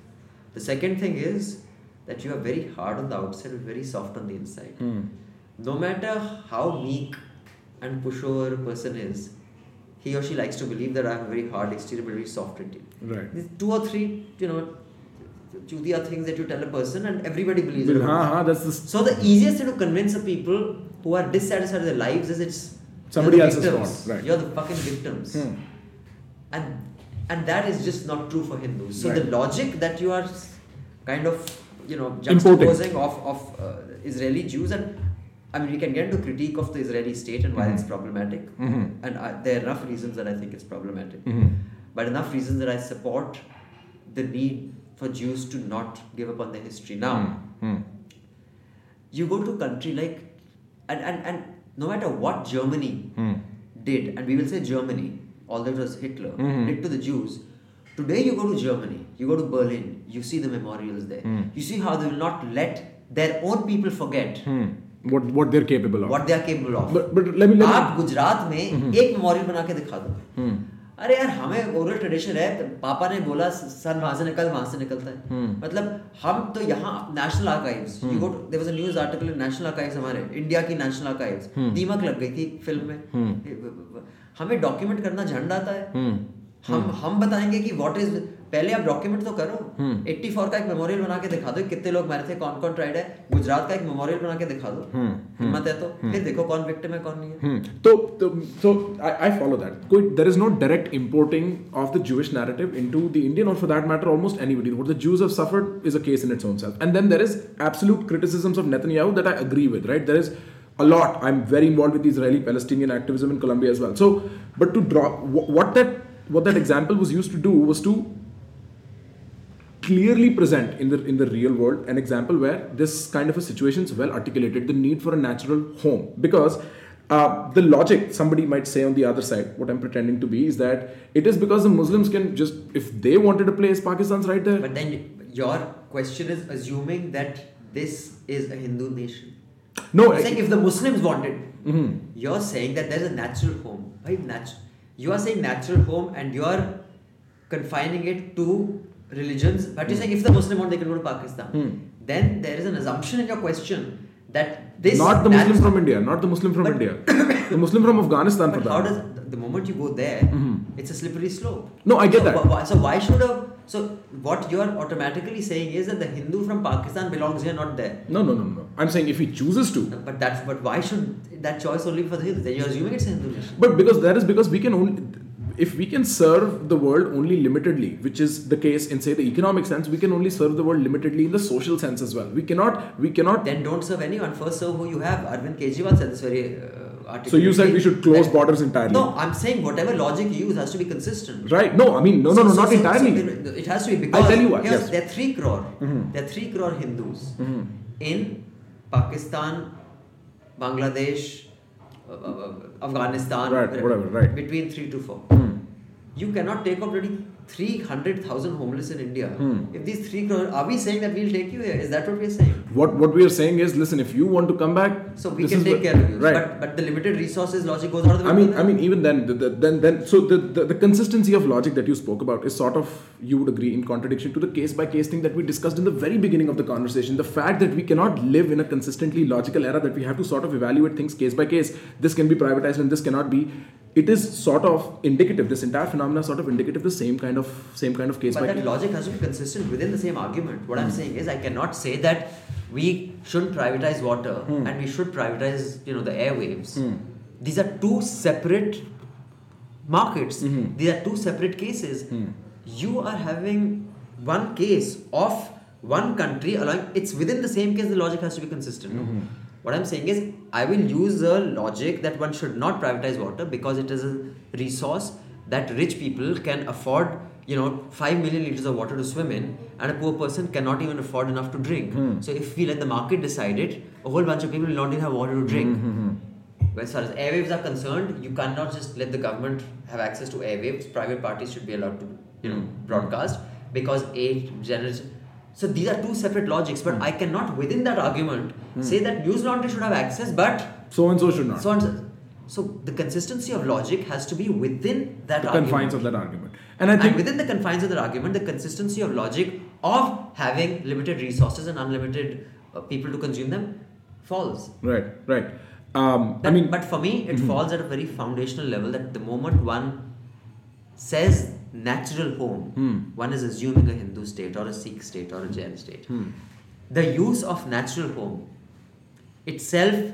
Speaker 1: The second thing is that you are very hard on the outside but very soft on the inside. No matter how meek and pushover a person is, he or she likes to believe that I have a very hard exterior but very soft interior.
Speaker 7: Right.
Speaker 1: These two or three, you know, chudiya things that you tell a person and everybody believes
Speaker 2: Well,
Speaker 1: it.
Speaker 2: हाँ, हाँ, that's the s-
Speaker 1: So the easiest way to convince the people who are dissatisfied with their lives is it's
Speaker 7: Somebody
Speaker 1: you're the
Speaker 7: else's
Speaker 1: victims.
Speaker 7: fault, right. Hmm.
Speaker 1: You're the fucking victims. And and that is just not true for Hindus. So the logic that you are s- kind of you know
Speaker 2: Importing.
Speaker 1: juxtaposing of of uh, Israeli Jews and I mean we can get into critique of the Israeli state and why it's problematic. And I, there are enough reasons that I think it's problematic, but enough reasons that I support the need for Jews to not give up on their history now
Speaker 2: Mm.
Speaker 1: you go to a country like and, and, and no matter what Germany did, and we will say Germany, although it was Hitler, did to the Jews. Today you go to Germany, you go to Berlin, you see the memorials there. You see how they will not let their own people forget
Speaker 2: what what they're capable of.
Speaker 1: what they are capable of.
Speaker 2: But but let me let me,
Speaker 1: आप गुजरात में एक memorial बना के दिखा दो अरे यार हमें ओरल ट्रेडिशन है तो पापा ने बोला सन वहां से निकल वहां से निकलता है मतलब हम तो यहाँ national archives you go there was a news article in national archives हमारे इंडिया की नेशनल आर्काइव्स दीमक लग गई थी फिल्म में हमें डॉक्यूमेंट करना झंड आता है हम हम बताएंगे कि व्हाट इज पहले आप डॉक्यूमेंट तो करो 84 का एक मेमोरियल बना के दिखा दो कितने लोग मारे थे कौन कौन ट्राइड है गुजरात का एक मेमोरियल बना के दिखा दो हिम्मत है तो फिर देखो कौन विक्टिम है कौन नहीं है
Speaker 2: Hmm. तो तो so I, I follow that. कोई there is no direct importing of the Jewish narrative into the Indian or for that matter almost anybody. What the Jews have suffered is a case in its own self. And then there is absolute criticisms of Netanyahu that I agree with. Right? There is a lot. I'm very involved with Israeli-Palestinian activism in Colombia as well. So, but to draw wh- what that what that example was used to do was to clearly present in the in the real world an example where this kind of a situation is well articulated the need for a natural home because uh, the logic somebody might say on the other side what i'm pretending to be is that it is because the muslims can just if they wanted a place pakistan's right there
Speaker 1: But then your question is assuming that this is a Hindu nation.
Speaker 2: no
Speaker 1: You're
Speaker 2: I- Hmm. mm-hmm.
Speaker 1: saying if the Muslims wanted, you're saying that there's a natural home. Why natu- you are saying natural home and you're confining it to religions, but
Speaker 2: Hmm.
Speaker 1: you're saying if the Muslim want, they can go to Pakistan. Then there is an assumption in your question that this
Speaker 2: not the muslim
Speaker 1: nat-
Speaker 2: from india not the muslim from india the muslim from afghanistan for
Speaker 1: But
Speaker 2: that
Speaker 1: how does the moment you go there, it's a slippery slope.
Speaker 2: Mm-hmm. No, I get
Speaker 1: so,
Speaker 2: that.
Speaker 1: wh- wh- so why should a so what you're automatically saying is that the Hindu from Pakistan belongs here, not there.
Speaker 2: no no no no i'm saying if he chooses to
Speaker 1: But that's but why should that choice only be for the Hindus? Then you're assuming it's a Hindu nation.
Speaker 2: But because that is because we can only if we can serve the world only limitedly, which is the case in say the economic sense, we can only serve the world limitedly in the social sense as well. We cannot we cannot
Speaker 1: Then don't serve anyone. First serve who you have. Arvind Kejriwal said this very uh, article.
Speaker 2: So you said we should close borders entirely.
Speaker 1: No, I'm saying whatever logic you use has to be consistent.
Speaker 2: Right. No, I mean no no
Speaker 1: So-
Speaker 2: no
Speaker 1: so-
Speaker 2: not
Speaker 1: so-
Speaker 2: entirely.
Speaker 1: so it- it has to be because
Speaker 2: I'll tell you why,
Speaker 1: here's-
Speaker 2: yes. Mm-hmm.
Speaker 1: there are three crore. There are three crore Hindus in Pakistan, Bangladesh, uh, uh, uh, Afghanistan.
Speaker 2: Right, whatever, right.
Speaker 1: Between three to four. You cannot take up already three hundred thousand homeless in India.
Speaker 2: Hmm.
Speaker 1: If these three crore, are we saying that we'll take you here? Is that what we're saying?
Speaker 2: What what we are saying is listen, if you want to come back
Speaker 1: So we
Speaker 2: this
Speaker 1: can
Speaker 2: is
Speaker 1: take
Speaker 2: where-
Speaker 1: care of you.
Speaker 2: Right.
Speaker 1: But but the limited resources logic goes out of the
Speaker 2: I
Speaker 1: window
Speaker 2: mean, I
Speaker 1: then.
Speaker 2: mean, even then, the, the, then, then, so the, the, the consistency of logic that you spoke about is sort of, you would agree, in contradiction to the case by case thing that we discussed in the very beginning of the conversation. The fact that we cannot live in a consistently logical era, that we have to sort of evaluate things case by case. This can be privatized and this cannot be. It is sort of indicative. This entire phenomena is sort of indicative. The same kind of same kind of case Hmm.
Speaker 1: But
Speaker 2: by
Speaker 1: that
Speaker 2: case.
Speaker 1: logic has to be consistent within the same argument. What I'm saying is, I cannot say that we shouldn't privatize water
Speaker 2: Hmm.
Speaker 1: and we should privatize, you know, the airwaves. These are two separate markets. These are two separate cases. You are having one case of one country allowing. It's within the same case. The logic has to be consistent. What I'm saying is, I will use the logic that one should not privatize water because it is a resource that rich people can afford. You know, five million liters of water to swim in, and a poor person cannot even afford enough to drink. So if we let the market decide it, a whole bunch of people will not even have water to drink. As far as airwaves are concerned, you cannot just let the government have access to airwaves. Private parties should be allowed to, you know, broadcast because a generates. So these are two separate logics,
Speaker 2: Hmm.
Speaker 1: but I cannot within that argument say that news laundry should have access, but
Speaker 2: So and so should not.
Speaker 1: so on. so- So the consistency of logic has to be within that
Speaker 2: the
Speaker 1: argument.
Speaker 2: confines of that argument. And I think
Speaker 1: and within the confines of that argument, the consistency of logic of having limited resources and unlimited uh, people to consume them falls.
Speaker 2: Right, right. Um, I
Speaker 1: That-
Speaker 2: mean, mm-hmm.
Speaker 1: but for me, it falls at a very foundational level that the moment one says natural home,
Speaker 2: Hmm.
Speaker 1: one is assuming a Hindu state or a Sikh state or a Jain state.
Speaker 2: Hmm.
Speaker 1: The use of natural home itself,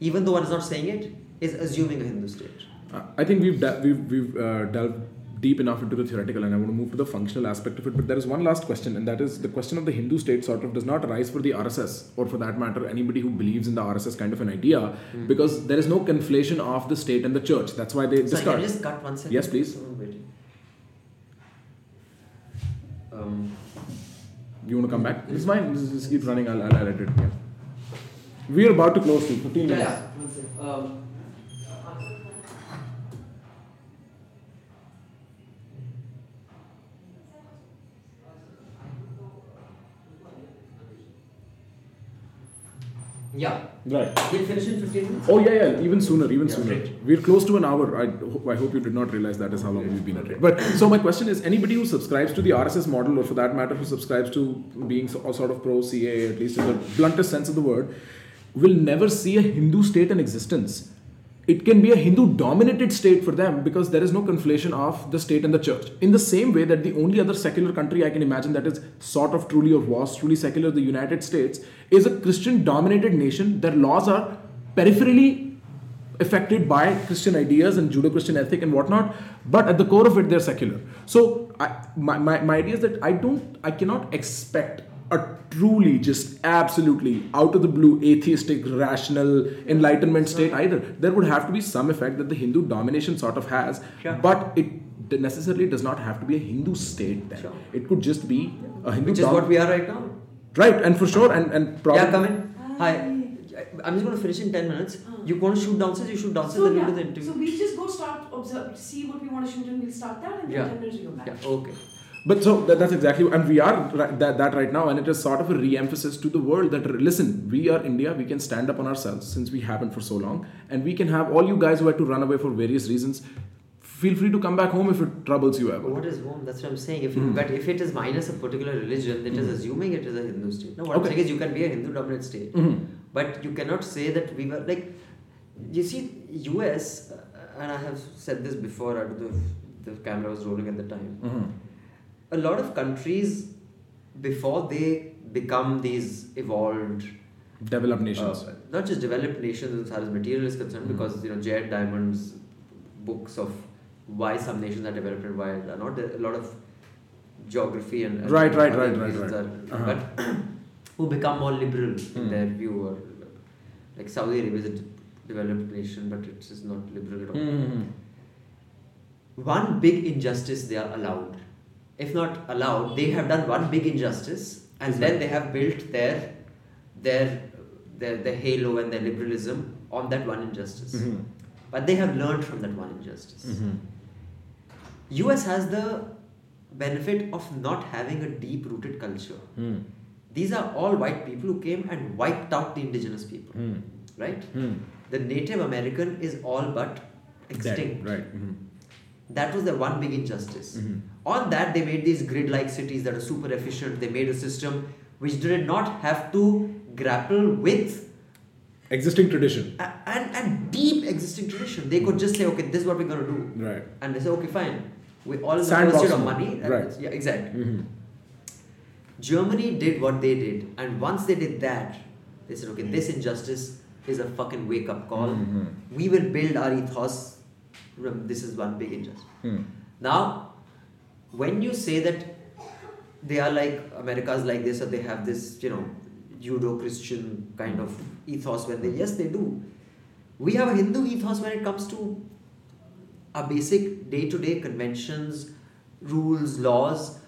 Speaker 1: even though one is not saying it, is assuming a Hindu state.
Speaker 2: I- I think we've de- we've, we've uh, delved deep enough into the theoretical, and I want to move to the functional aspect of it. But there is one last question, and that is the question of the Hindu state sort of does not arise for the RSS, or for that matter, anybody who believes in the RSS kind of an idea, because there is no conflation of the state and the church. That's why they
Speaker 1: Hmm. Sorry, can
Speaker 2: discard.
Speaker 1: you just cut one second?
Speaker 2: Yes, please.
Speaker 1: Someone's waiting. Um,
Speaker 2: You want to come back? It's fine. Just, just keep running. I'll, I'll edit it. Yeah. We are about to close to 15 minutes.
Speaker 1: one second. Um, yeah,
Speaker 2: Right.
Speaker 1: we'll finish in 15 minutes.
Speaker 2: Oh yeah, yeah. Even sooner, even
Speaker 1: Yeah,
Speaker 2: sooner.
Speaker 1: great.
Speaker 2: We're close to an hour. I, ho- I hope you did not realize that is how long we've been at it. But so my question is, anybody who subscribes to the RSS model, or for that matter, who subscribes to being so, sort of pro CA, at least in the bluntest sense of the word, will never see a Hindu state in existence. It can be a Hindu dominated state for them because there is no conflation of the state and the church. In the same way that the only other secular country I can imagine that is sort of truly or was truly secular, the United States, is a Christian dominated nation. Their laws are peripherally affected by Christian ideas and Judeo-Christian ethic and whatnot, but at the core of it, they're secular. So I, my, my, my idea is that I don't, I cannot expect a truly just absolutely out of the blue atheistic rational enlightenment state either there would have to be some effect that the hindu domination sort of has
Speaker 1: Sure.
Speaker 2: but it necessarily does not have to be a hindu state then
Speaker 1: Sure.
Speaker 2: it could just be a hindu
Speaker 1: Which is
Speaker 2: dom-
Speaker 1: what we are right now.
Speaker 2: right and for sure and and probably
Speaker 1: Yeah, come in. Hi. I'm just going to finish in 10 minutes. You want to shoot downstairs, you shoot downstairs,
Speaker 8: So,
Speaker 1: then we'll do
Speaker 8: yeah.
Speaker 1: the interview.
Speaker 8: so we'll just go start, observe, see what we want to shoot and we'll start that and then
Speaker 1: Yeah.
Speaker 8: 10 minutes we go back.
Speaker 1: yeah, okay.
Speaker 2: But so that, that's exactly, and we are ri- that, that right now, and it is sort of a re-emphasis to the world that listen, we are India, we can stand up on ourselves since we haven't for so long, and we can have all you guys who had to run away for various reasons. Feel free to come back home if it troubles you ever.
Speaker 1: What is home? That's what I'm saying. If you but if it is minus a particular religion, it is assuming it is a Hindu state. No, what
Speaker 2: Okay.
Speaker 1: I'm saying is you can be a Hindu dominant state, but you cannot say that we were like. You see, U.S. uh, and I have said this before. I don't know if the camera was rolling at the time.
Speaker 2: Mm-hmm.
Speaker 1: A lot of countries, before they become these evolved
Speaker 2: Developed nations. Mm-hmm.
Speaker 1: uh, not just developed nations as far as material is concerned, because you know Jared Diamond's books of why some nations are developed and why are not. There are A lot of geography and, and
Speaker 2: Right, right,
Speaker 1: other
Speaker 2: right, right,
Speaker 1: reasons
Speaker 2: right.
Speaker 1: Are,
Speaker 2: Uh-huh. Hmm.
Speaker 1: But who become more liberal in their view, or like Saudi Arabia is a d- developed nation, but it is not liberal
Speaker 2: Hmm.
Speaker 1: at all.
Speaker 2: Mm-hmm.
Speaker 1: One big injustice they are allowed. If not allowed, they have done one big injustice, and then they have built their their their, their halo and their liberalism on that one injustice. But they have learned from that one injustice.
Speaker 2: Mm-hmm.
Speaker 1: US has the benefit of not having a deep rooted culture.
Speaker 2: Mm-hmm.
Speaker 1: These are all white people who came and wiped out the indigenous people. Right? The Native American is all but extinct.
Speaker 2: Right. Mm-hmm.
Speaker 1: That was the one big injustice. On that, they made these grid like cities that are super efficient. They made a system which did not have to grapple with
Speaker 2: Existing tradition.
Speaker 1: a- and, and deep existing tradition. They could just say, okay, this is what we're going to do.
Speaker 2: Right.
Speaker 1: And they say, okay, fine. We all is
Speaker 2: Sandbox
Speaker 1: invested of
Speaker 2: mode.
Speaker 1: money. and
Speaker 2: Right. Mm-hmm.
Speaker 1: it's- Yeah, exactly. Germany did what they did. And once they did that, they said, okay, this injustice is a fucking wake up call.
Speaker 2: Mm-hmm.
Speaker 1: We will build our ethos. Rem- This is one big injustice.
Speaker 2: Hmm.
Speaker 1: Now, when you say that they are like, America's like this, or they have this, you know, Judo Christian kind of ethos, when they, yes, they do. We have a Hindu ethos when it comes to our basic day-to-day conventions, rules, laws.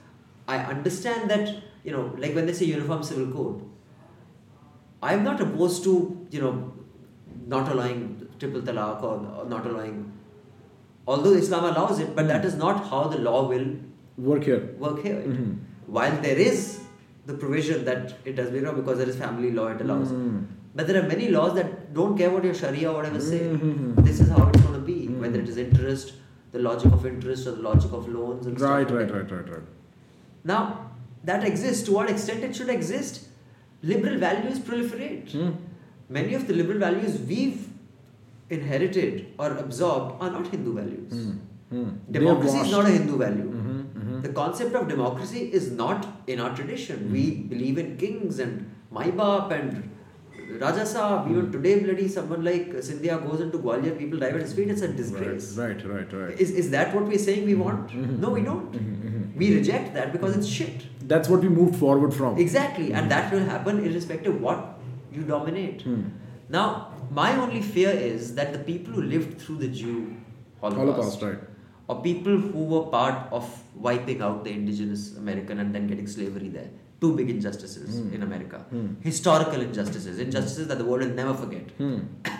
Speaker 1: I understand that you know, like when they say uniform civil code, I'm not opposed to you know, not allowing triple talaq or, or not allowing. Although Islam allows it, but that is not how the law will
Speaker 2: Work here.
Speaker 1: work here. It-
Speaker 2: Mm-hmm.
Speaker 1: While there is the provision that it does be wrong because there is family law it allows.
Speaker 2: Mm-hmm.
Speaker 1: But there are many laws that don't care what your Sharia or whatever
Speaker 2: Mm-hmm.
Speaker 1: say. This is how it's going to be, whether it is interest, the logic of interest, or the logic of loans. And stuff
Speaker 2: Right,
Speaker 1: like
Speaker 2: right,
Speaker 1: that.
Speaker 2: right, right, right.
Speaker 1: Now, that exists. To what extent it should
Speaker 2: Hmm.
Speaker 1: exist? Liberal values proliferate. Many of the liberal values we've inherited or absorbed are not Hindu values.
Speaker 2: Hmm. They are
Speaker 1: Democracy is
Speaker 2: washed. Mm-hmm.
Speaker 1: not a Hindu value.
Speaker 2: Hmm.
Speaker 1: The concept of democracy is not in our tradition. We believe in kings and my Baap and Raja Saab.
Speaker 2: Hmm.
Speaker 1: Even today, bloody someone like Sindhya goes into Gwalior, people dive at his feet. It's a disgrace.
Speaker 2: Right, right, right. Hmm.
Speaker 1: Is, is that what we're saying we want? No, we don't. We reject that because it's shit.
Speaker 2: That's what we moved forward from.
Speaker 1: Exactly,
Speaker 2: Hmm.
Speaker 1: and that will happen irrespective of what you dominate. Now, my only fear is that the people who lived through the Jew Holocaust,
Speaker 2: Holocaust, right.
Speaker 1: or people who were part of wiping out the indigenous American and then getting slavery there, two big injustices in America, historical injustices, injustices that the world will never forget.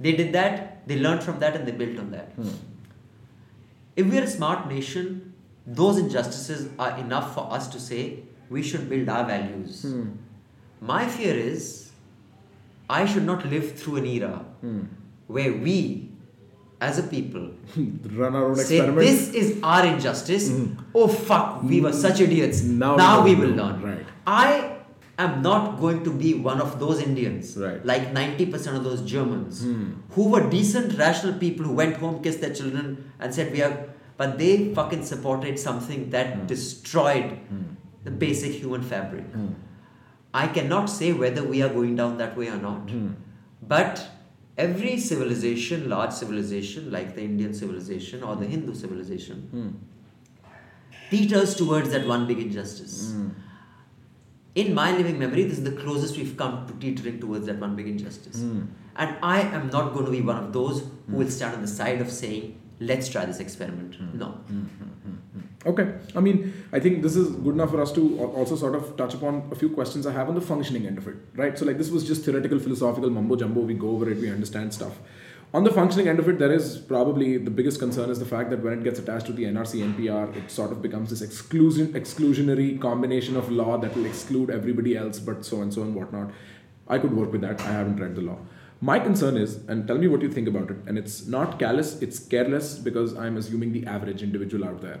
Speaker 1: they did that, they learned from that, and they built on that. If we are a smart nation, those injustices are enough for us to say we should build our values. My fear is I should not live through an era where we, as a people,
Speaker 2: Run our own
Speaker 1: say
Speaker 2: experiment. Mm-hmm.
Speaker 1: this is our injustice. Oh fuck, we were such idiots.
Speaker 2: Now
Speaker 1: Now,
Speaker 2: we
Speaker 1: we
Speaker 2: will
Speaker 1: will
Speaker 2: learn.
Speaker 1: learn.
Speaker 2: Right.
Speaker 1: I am not going to be one of those Indians,
Speaker 2: Right.
Speaker 1: like 90% of those Germans, who were decent, rational people who went home, kissed their children, and said, We are. But they fucking supported something that destroyed the basic human fabric. I cannot say whether we are going down that way or not. But every civilization, large civilization like the Indian civilization or the Hindu civilization, teeters towards that one big injustice. In my living memory, this is the closest we've come to teetering towards that one big injustice.
Speaker 2: Hmm.
Speaker 1: And I am not going to be one of those who will stand on the side of saying, let's try this experiment.
Speaker 2: Hmm.
Speaker 1: No.
Speaker 2: Okay. I mean, I think this is good enough for us to al- also sort of touch upon a few questions I have on the functioning end of it, right? So, like, this was just theoretical, philosophical mumbo jumbo. We go over it, we understand stuff. On the functioning end of it, there is probably the biggest concern is the fact that when it gets attached to the NRC NPR, it sort of becomes this exclusion, exclusionary combination of law that will exclude everybody else, but so and so and whatnot. I could work with that. I haven't read the law. My concern is, and tell me what you think about it, and it's not callous, it's careless because I'm assuming the average individual out there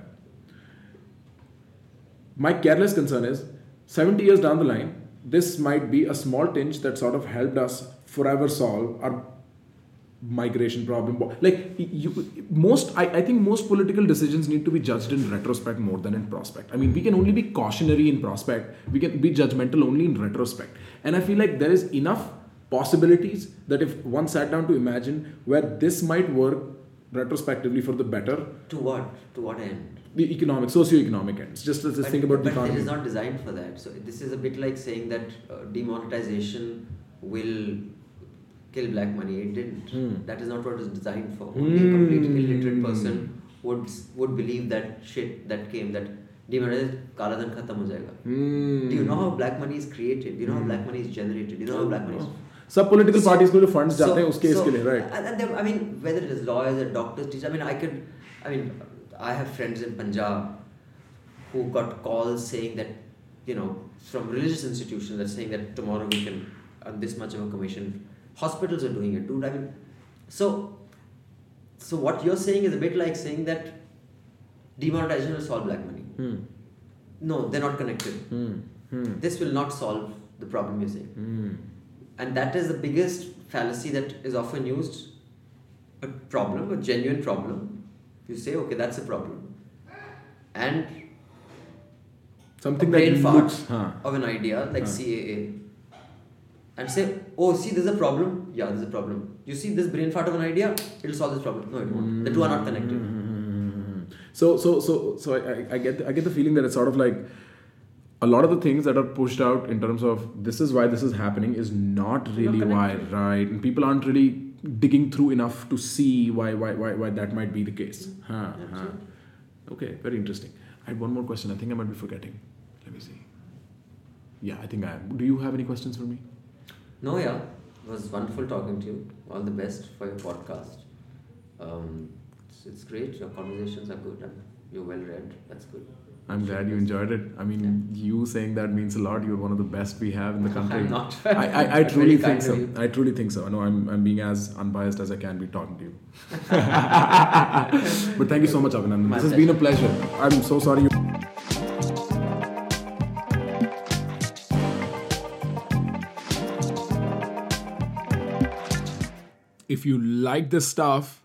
Speaker 2: my careless concern is 70 years down the line this might be a small tinge that sort of helped us forever solve our migration problem like you most I, I think most political decisions need to be judged in retrospect more than in prospect i mean we can only be cautionary in prospect we can be judgmental only in retrospect and i feel like there is enough possibilities that if one sat down to imagine where this might work retrospectively for the better
Speaker 1: To what? To what end?
Speaker 2: the economic socio-economic ends just let's just think about the
Speaker 1: but
Speaker 2: economy
Speaker 1: it is not designed for that. So this is a bit like saying that uh, demonetization will kill black money. It didn't.
Speaker 2: Hmm.
Speaker 1: That is not what it was designed for. Only a complete illiterate person would would believe that shit that came that demonetization kala dhan khatam ho jayega. Do you know how black money is created? Do you know how black money is generated? Do you know how black money
Speaker 2: oh,
Speaker 1: is
Speaker 2: सब political
Speaker 1: So-
Speaker 2: parties को जो funds जाते हैं
Speaker 1: so-
Speaker 2: उसके इसके
Speaker 1: so-
Speaker 2: लिए right
Speaker 1: And, and then, I mean, whether it is lawyers or doctors, teachers, I mean, I could, I mean, I have friends in Punjab who got calls saying that, you know, from religious institutions that saying that tomorrow we can earn this much of a commission. Hospitals are doing it, dude. I mean, so, so what you're saying is a bit like saying that demonetization will solve black money. No, they're not connected. This will not solve the problem you're saying. And that is the biggest fallacy that is often used. A problem, a genuine problem. You say, okay, that's a problem. And a
Speaker 2: something
Speaker 1: brain
Speaker 2: that
Speaker 1: fart
Speaker 2: looks हां
Speaker 1: of an idea like CAA. And say, oh, see, there's a problem. Yeah, there's a problem. You see this brain fart of an idea, it'll solve this problem. No, it won't. The two are not connected.
Speaker 2: so so so so I, I, I get I get the feeling that it's sort of like a lot of the things that are pushed out in terms of this is why this is happening is not really why right and people aren't really digging through enough to see why why why, why that might be the case huh, huh. okay very interesting I had one more question I think I might be forgetting let me see yeah I think I am do you have any questions for me
Speaker 1: No, yeah, it was wonderful talking to you. All the best for your podcast. Um, it's, it's great. Your conversations are good and you're well read. That's good.
Speaker 2: I'm glad you enjoyed it. I mean, you saying that means a lot. You're one of the best we have in the country.
Speaker 1: I'm not.
Speaker 2: I, I, I
Speaker 1: That's
Speaker 2: truly
Speaker 1: very kind
Speaker 2: think
Speaker 1: of
Speaker 2: so.
Speaker 1: you.
Speaker 2: I truly think so. I know I'm, I'm being as unbiased as I can be talking to you. but thank you so much, Abhinandan.
Speaker 1: My
Speaker 2: This has been a pleasure. I'm so sorry. You- If you like this stuff,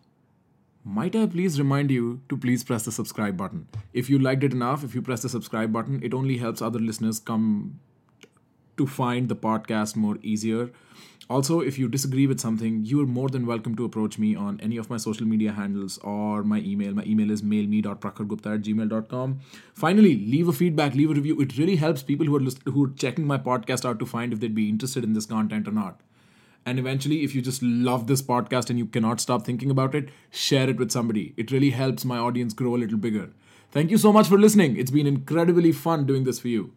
Speaker 2: might I please remind you to please press the subscribe button. If you liked it enough, if you press the subscribe button, it only helps other listeners come to find the podcast more easier. Also, if you disagree with something, you are more than welcome to approach me on any of my social media handles or my email. My email is mailme.prakargupta at gmail.com. Finally, leave a feedback, leave a review. It really helps people who are, list- who are checking my podcast out to find if they'd be interested in this content or not. And eventually, if you just love this podcast and you cannot stop thinking about it, share it with somebody. It really helps my audience grow a little bigger. Thank you so much for listening. It's been incredibly fun doing this for you.